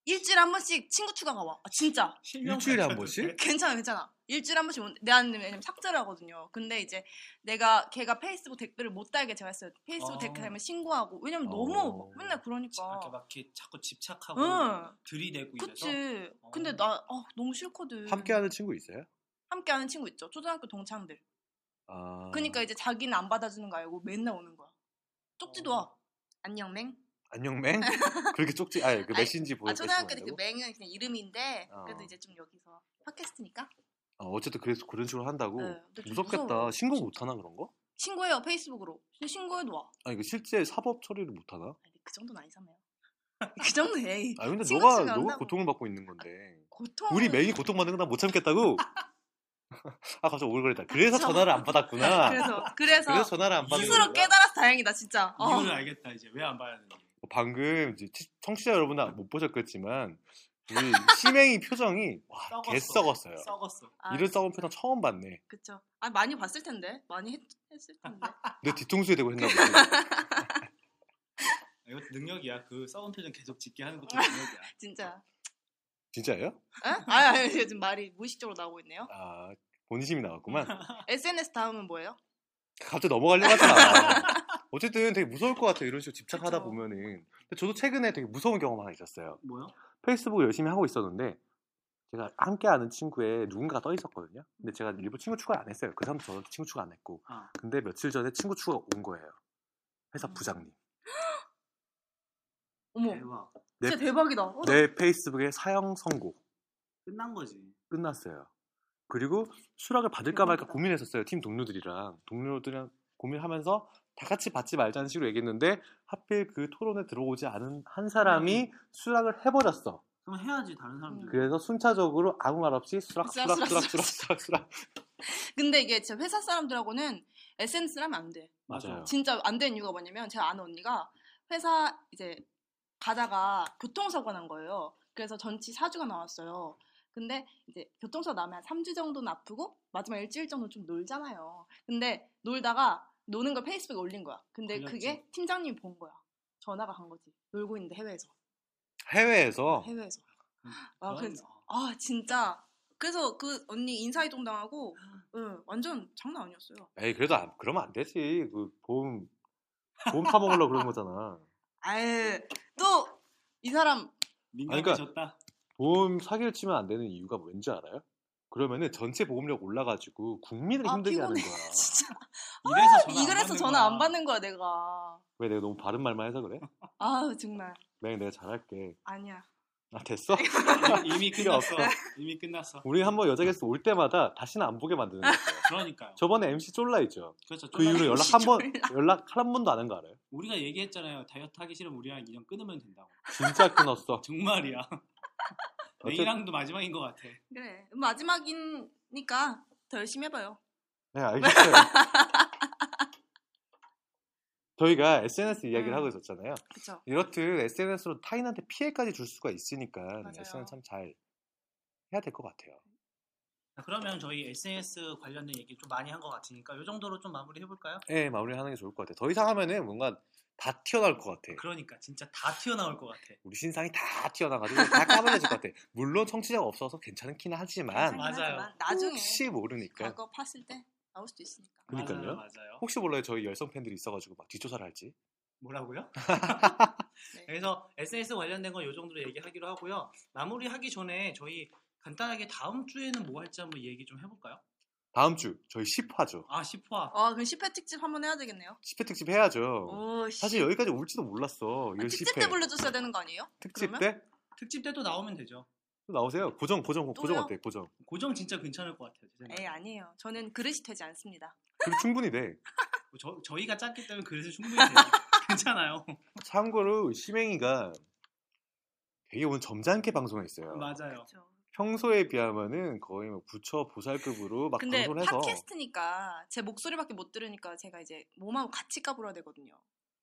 C: 일주일에 한 번씩 친구 추가가 와. 아, 진짜.
B: 실명
A: 일주일에 한
B: 발표도
A: 번씩?
B: 돼?
C: 괜찮아, 괜찮아. 일주일에 한 번씩 오는데 내한테 왜냐면 삭제를 하거든요. 근데 이제 내가 걔가 페이스북 댓글을 못 달게 제가 했어요. 페이스북
B: 아.
C: 댓글 달면 신고하고 왜냐면
A: 어.
C: 너무 막 맨날
B: 이렇게
C: 그러니까.
B: 막 이렇게 자꾸 집착하고
C: 응,
B: 들이대고 이래서
C: 그치.
B: 어.
C: 근데 나 어, 너무 싫거든.
A: 함께하는 친구 있어요?
C: 함께하는 친구 있죠. 초등학교 동창들.
A: 아.
C: 그러니까 이제 자기는 안 받아주는 거 알고 맨날 오는 거야. 쪽지도
B: 어.
C: 와. 안녕 맹.
A: 안녕 맹? 그렇게 쪽지 아니 그
C: 아니,
A: 메신지 보내
C: 아 초등학교 때 그 맹은 그냥 이름인데
A: 어.
C: 그래도 이제 좀 여기서 팟캐스트니까
A: 어, 쨌든 그래서 그런 식으로 한다고.
C: 네, 근데 좀
A: 무섭겠다.
C: 무서워.
A: 신고 못 하나 그런 거?
C: 신고해요 페이스북으로. 근데 신고해도 와.
A: 아니 그 실제 사법 처리를 못 하나?
C: 근데 그 정도는 아니잖아요. 그 정도는 에이.
A: 아 근데
C: 친구
A: 너가
C: 친구 안
A: 너가
C: 하고.
A: 고통을 받고 있는 건데
C: 고통.
A: 우리 맹이 고통받는 건 난 못 참겠다고. 아 갑자기 오글거리다. 그래서
C: 그쵸.
A: 전화를 안 받았구나. 그래서,
C: 그래서 그래서,
A: 전화를 안 받는
C: 스스로
A: 거야.
C: 깨달아서 다행이다 진짜. 어.
B: 이유를 알겠다 이제 왜 안 봐야 되는지.
A: 어, 방금 이제 치- 청취자 여러분 은못 보셨겠지만 우리 심행이 표정이 와, 개 썩었어요.
B: 썩었어.
C: 아,
A: 이런 썩은 표정 처음 봤네.
C: 그쵸. 아 많이 봤을 텐데 많이 했, 했을 텐데.
A: 내 뒤통수에 대고 했나 보다.
B: 아, 이거 능력이야. 그 썩은 표정 계속 짓게 하는 것도 능력이야.
C: 진짜.
A: 진짜예요?
C: 에? 아 아니, 지금 말이 무의식적으로 나오고 있네요.
A: 아 본심이 나왔구만.
C: SNS 다음은 뭐예요?
A: 갑자기 넘어가려고 하잖아. 어쨌든 되게 무서울 것 같아요. 이런 식으로 집착하다
C: 그쵸.
A: 보면은. 근데 저도 최근에 되게 무서운 경험 하나 있었어요.
B: 뭐야?
A: 페이스북을 열심히 하고 있었는데 제가 함께 아는 친구에 누군가가 떠 있었거든요. 근데 제가 일부 친구 추가 안 했어요. 그 사람 저한테 친구 추가 안 했고.
B: 아.
A: 근데 며칠 전에 친구 추가 온 거예요. 회사
C: 음.
A: 부장님.
C: 어머,
A: 네.
B: 대박.
A: 내,
C: 진짜 대박이다. 어,
A: 내 페이스북에 사형 선고
B: 끝난 거지.
A: 끝났어요. 그리고 수락을 받을까 말까
C: 대박이다.
A: 고민했었어요. 팀 동료들이랑 동료들이랑 고민하면서 다 같이 받지 말자는 식으로 얘기했는데 하필 그 토론에 들어오지 않은 한
C: 음.
A: 사람이 수락을 해버렸어.
B: 그럼 해야지 다른 사람들.
A: 그래서 순차적으로 아무 말 없이 수락
C: 수락,
A: 수락 수락
C: 수락,
A: 수락 수락 수락
C: 근데 이게 진짜 회사 사람들하고는 SNS를 하면 안 돼.
A: 맞아요.
C: 진짜 안 된 이유가 뭐냐면 제가 아는 언니가 회사 이제 가다가 교통사고 난 거예요. 그래서 전치 4주가 나왔어요. 근데 이제 교통사고 나면 한 3주 정도는 아프고 마지막 일주일 정도 좀 놀잖아요. 근데 놀다가 노는 걸 페이스북에 올린 거야. 근데
B: 걸렸지.
C: 그게 팀장님이 본 거야. 전화가 간 거지. 놀고 있는데 해외에서.
A: 해외에서
C: 해외에서. 아,
B: 아,
C: 그래. 아 진짜. 그래서 그 언니 인사이 동당하고 응, 완전 장난 아니었어요.
A: 에이 그래도 안, 그러면 안 되지. 그 보험 보험 타먹으려고 그런 거잖아.
C: 아유 또 이 사람
B: 민감해졌다.
A: 보험 사기를 치면 안 되는 이유가 뭔지 알아요? 그러면은 전체 보험료 올라가지고 국민을
C: 아,
A: 힘들게 하는
C: 피곤해.
A: 거야.
C: 진짜
B: 이래서
A: 그러니까
B: 전화
C: 이거라서
B: 안
C: 전화 안
B: 거야.
C: 받는 거야 내가
A: 왜 내가 너무 바른 말만 해서 그래?
C: 아우 정말
A: 맹 네, 내가 잘할게.
C: 아니야
A: 아 됐어?
B: 이미 끝났어. 이미 끝났어.
A: 우리 한번 여자 게스트 올 때마다 다시는 안 보게 만드는 거예요.
B: 그러니까요.
A: 저번에 MC 쫄라 있죠.
B: 그렇죠.
A: 그 이후로 연락
C: MC
A: 한 번
C: 쫄라.
A: 연락 한 번도 안 한 거 알아요?
B: 우리가 얘기했잖아요. 다이어트 하기 싫으면 우리랑 인연 끊으면 된다고.
A: 진짜 끊었어.
B: 정말이야.
A: 어쨌든-
B: 내일랑도 마지막인 것 같아.
C: 그래 마지막이니까 더 열심히 해봐요
A: 네 알겠어요. 저희가 SNS 이야기를
C: 음.
A: 하고 있었잖아요.
C: 그쵸
A: 이렇듯 SNS로 타인한테 피해까지 줄 수가 있으니까
C: 맞아요.
A: SNS 참 잘 해야 될 것 같아요.
B: 자, 그러면 저희 SNS 관련된 얘기 좀 많이 한 것 같으니까 이 정도로 좀 마무리 해볼까요?
A: 예, 마무리하는 게 좋을 것 같아. 더 이상 하면은 뭔가 다 튀어나올 것 같아.
B: 그러니까 진짜 다 튀어나올 것 같아.
A: 우리 신상이 다 튀어나가지고 다 까발려질 것 같아. 물론 청취자가 없어서 괜찮은 키는 하지만
B: 맞아요.
C: 나중에
A: 혹시 그 모르니까.
C: 과거 팠을 때 나올 수도 있으니까.
A: 음. 아, 그러니까요.
B: 맞아요. 맞아요.
A: 혹시 몰라요. 저희 열성 팬들이 있어가지고 막 뒷조사를 할지.
B: 뭐라고요?
C: 네.
B: 그래서 SNS 관련된 건 이 정도로 얘기하기로 하고요. 마무리하기 전에 저희 간단하게 다음 주에는 뭐 할지 한번 얘기 좀 해볼까요?
A: 다음 주 저희 10화죠.
B: 아 10화.
C: 아, 그럼 10회 특집 한번 해야 되겠네요.
A: 10회 특집 해야죠.
C: 오, 씨.
A: 어. 사실 여기까지 그 올지도 몰랐어.
C: 아,
A: 이거
C: 특집
A: 10회.
C: 때 불러줬어야 되는 거 아니에요?
A: 특집
C: 그러면?
A: 때?
B: 특집 때도 나오면 되죠.
A: 또 나오세요. 고정, 고정, 고정
C: 또요?
A: 어때? 고정.
B: 고정 진짜 괜찮을 것 같아요.
A: 음.
B: 제 생각에.
C: 에이, 아니에요. 저는 그릇이 되지 않습니다.
A: 그리고 충분히 돼.
B: 뭐 저, 저희가 짰기 때문에 그래서 충분히 돼요. 괜찮아요.
A: 참고로 심행이가 되게 오늘 점잖게 방송했어요.
B: 맞아요.
C: 그렇죠.
A: 평소에 비하면은 거의 뭐 부처 보살급으로 막
C: 근데
A: 아, 방송을 해서
C: 팟캐스트니까 제 목소리밖에 못 들으니까 제가 이제 몸하고 같이 까불어야 되거든요.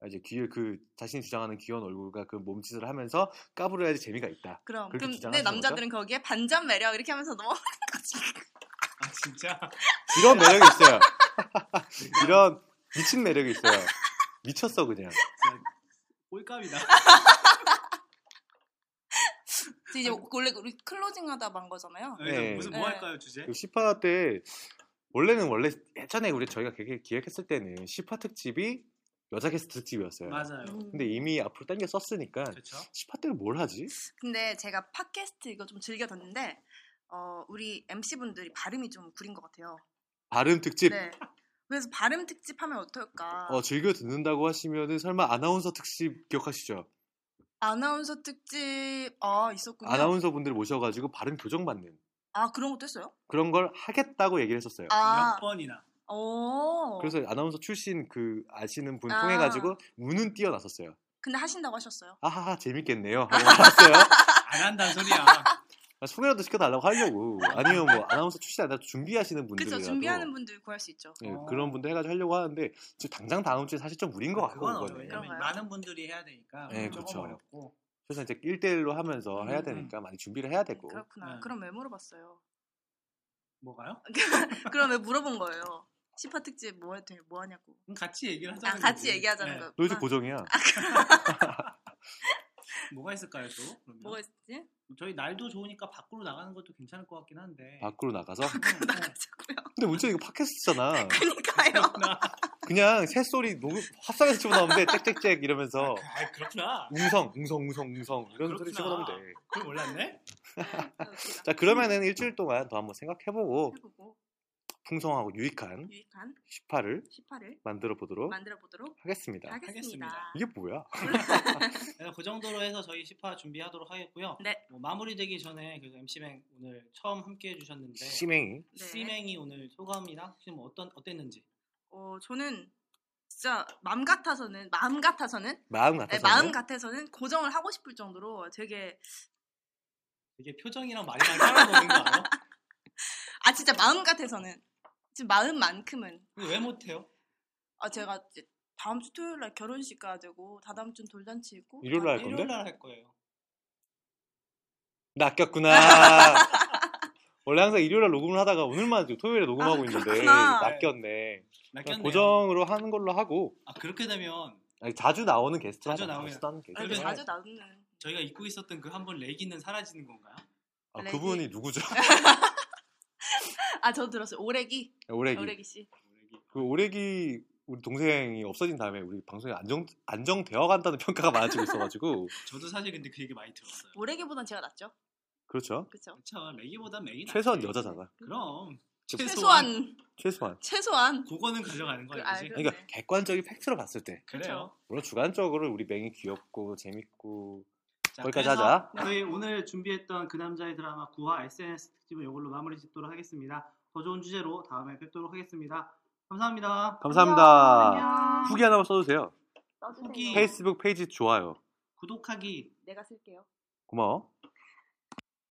A: 아, 이제 귀에 그 자신이 주장하는 귀여운 얼굴과 그 몸짓을 하면서 까불어야지 재미가 있다.
C: 그럼
A: 그렇게
C: 그럼
A: 주장하시는
C: 네 남자들은 거기에 반전 매력 이렇게 하면서 넘어.
B: 아 진짜.
A: 이런 매력이 있어요. 이런 미친 매력이 있어요. 미쳤어 그냥.
B: 꼴값이다.
C: 이제 원래 우리 클로징하다 만 거잖아요.
B: 그래서
A: 네.
B: 무슨 뭐
C: 네.
B: 할까요 주제?
A: 그 10화 때 원래는 원래 예전에 우리 저희가 기- 기획했을 때는 10화 특집이 여자 게스트 특집이었어요.
B: 맞아요.
C: 음.
A: 근데 이미 앞으로 당겨
C: 아.
A: 썼으니까
B: 그렇죠.
A: 10화 때는 뭘 하지?
C: 근데 제가 팟캐스트 이거 좀 즐겨 듣는데 어, 우리 MC 분들이 발음이 좀 구린 것 같아요.
A: 발음 특집.
C: 네. 그래서 발음 특집 하면 어떨까?
A: 어, 즐겨 듣는다고 하시면은 설마 아나운서 특집 기억하시죠?
C: 아나운서 특집 아 있었군요.
A: 아나운서 분들 모셔가지고 발음 교정 받는
C: 아 그런 것도 했어요?
A: 그런 걸 하겠다고 얘기를 했었어요.
C: 아,
B: 몇 번이나.
C: 오.
A: 그래서 아나운서 출신 그 아시는 분
C: 아.
A: 통해가지고 우는 뛰어났었어요.
C: 근데 하신다고 하셨어요.
A: 아하하 재밌겠네요. 하고 알았어요. 아,
B: 안 한다는 소리야.
A: 소개라도 시켜달라고 하려고 아니면 뭐 아나운서 출신 아니라 준비하시는 분들이라도
C: 그쵸 준비하는 분들 구할 수 있죠.
A: 예,
B: 어.
A: 그런 분들 해가지고 하려고 하는데 지금 당장 다음 주에 사실 좀 무리인 것 같고
B: 그건 어려워요.
A: 그거는.
C: 그럼-
B: 왜냐면
C: 그런가요?
B: 많은 분들이 해야 되니까
A: 네,
B: 조금
A: 그렇죠.
B: 어렵고.
A: 그래서 이제 1대1로 하면서 해야
B: 음, 음.
A: 되니까 많이 준비를 해야 되고
C: 그렇구나.
B: 네.
C: 그럼 왜 물어봤어요?
B: 뭐가요?
C: 아, 그럼 왜 물어본 거예요? 시파 특집 뭐 해도 뭐 하냐고.
B: 그럼 같이 얘기를 네. 하자.
C: 아, 같이 얘기하자는 거.
B: 아.
C: 뭐,
A: 너 이제 고정이야.
B: 뭐가 있을까요 또? 그러면?
C: 뭐가 있지?
B: 저희 날도 좋으니까 밖으로 나가는 것도 괜찮을 것 같긴 한데.
A: 밖으로 나가서
C: 그거 나가자고요.
A: 근데 문제는 이거
C: 음.
A: 팟캐스트잖아.
C: 그러니까요.
B: 그렇구나.
A: 그냥 새소리 녹음 합성해서 집어넣으면 돼. 짹짹짹 이러면서
B: 아, 그렇구나.
A: 웅성 웅성 웅성 웅성 이런 소리
B: 그렇구나.
A: 집어넣으면 돼.
B: 그걸 몰랐네.
C: 웃기다.
A: 자 그러면은
B: 음.
A: 일주일 동안 더 한번 생각해보고
C: 해보고
A: 풍성하고 유익한
B: 예.
C: 유익한
A: 10화를
C: 18을
A: 만들어 보도록
C: 만들어 보도록
A: 하겠습니다.
C: 하겠습니다.
A: 이게 뭐야?
B: 그래서 그 정도로 해서 저희 10화 준비하도록 하겠고요.
C: 네.
B: 뭐 마무리되기 전에 그래서 MC맹 오늘 처음 함께 해주셨는데
A: 심행이
C: 네.
B: C맹이 오늘 소감이나 혹시 뭐 어떤 어땠는지
C: 어, 저는 진짜 마음 같아서는 마음 같아서는
A: 마음
C: 네,
A: 같아서
C: 마음 같아서는 고정을 하고 싶을 정도로 되게
B: 이게 표정이랑 말이랑 따라오는 거 알아?
C: 아 진짜 마음 같아서는 지금 마음만큼은
B: 이거 왜 못해요?
C: 아 제가 이제 다음 주 토요일 날 결혼식 가야 되고 다다음 주는 돌잔치 있고
A: 일요일 날 할 건데?
B: 일요일 날 할 거예요.
A: 낚였구나. 원래 항상 일요일날 녹음을 하다가 오늘만 지금 토요일에 녹음하고
C: 아,
A: 있는데
C: 그렇구나.
A: 낚였네. 그냥
B: 낚였네요.
A: 고정으로 하는 걸로 하고
B: 아 그렇게 되면
A: 아니, 자주 나오는 게스트
B: 자주
A: 하자.
B: 나오면.
A: 자주 나오는 게스트.
C: 아, 근데
B: 그러면-
C: 자주 나오는
B: 저희가 입고 있었던 그 한 번 레깅은 사라지는 건가요?
A: 아,
C: 레깅.
A: 그분이 누구죠?
C: 아 저 들었어요 오래기
A: 오래기.
C: 오래기 씨
B: 레깅.
A: 그 오래기 우리 동생이 없어진 다음에 우리 방송이 안정 안정되어 간다는 평가가 많아지고 있어가지고
B: 저도 사실 근데 그 얘기 많이 들었어요.
C: 오래기보단 제가 낫죠
A: 그렇죠.
C: 그쵸
B: 그쵸 레기보다 메인
A: 최소한
B: 아니에요?
A: 여자잖아.
B: 그럼
C: 최소한
A: 최소한.
C: 최소한
B: 그거는 가져가는 거야
C: 그- 아,
B: 이제
C: 그-
A: 그러니까
C: 그러네.
A: 객관적인 팩트로 봤을 때
B: 그래요.
A: 물론 주관적으로 우리 맹이 귀엽고 재밌고
B: 자,
A: 거기까지
B: 그래서 네.
A: 하자.
B: 저희 오늘 준비했던 그 남자의 드라마 9화 SNS 특집은 이걸로 마무리 짓도록 하겠습니다. 더 좋은 주제로 다음에 뵙도록 하겠습니다. 감사합니다.
A: 감사합니다.
C: 안녕.
A: 후기 하나만 써도 돼요.
C: 써주세요.
B: 후기.
A: 페이스북 페이지 좋아요.
B: 구독하기
C: 내가 쓸게요
A: 고마워.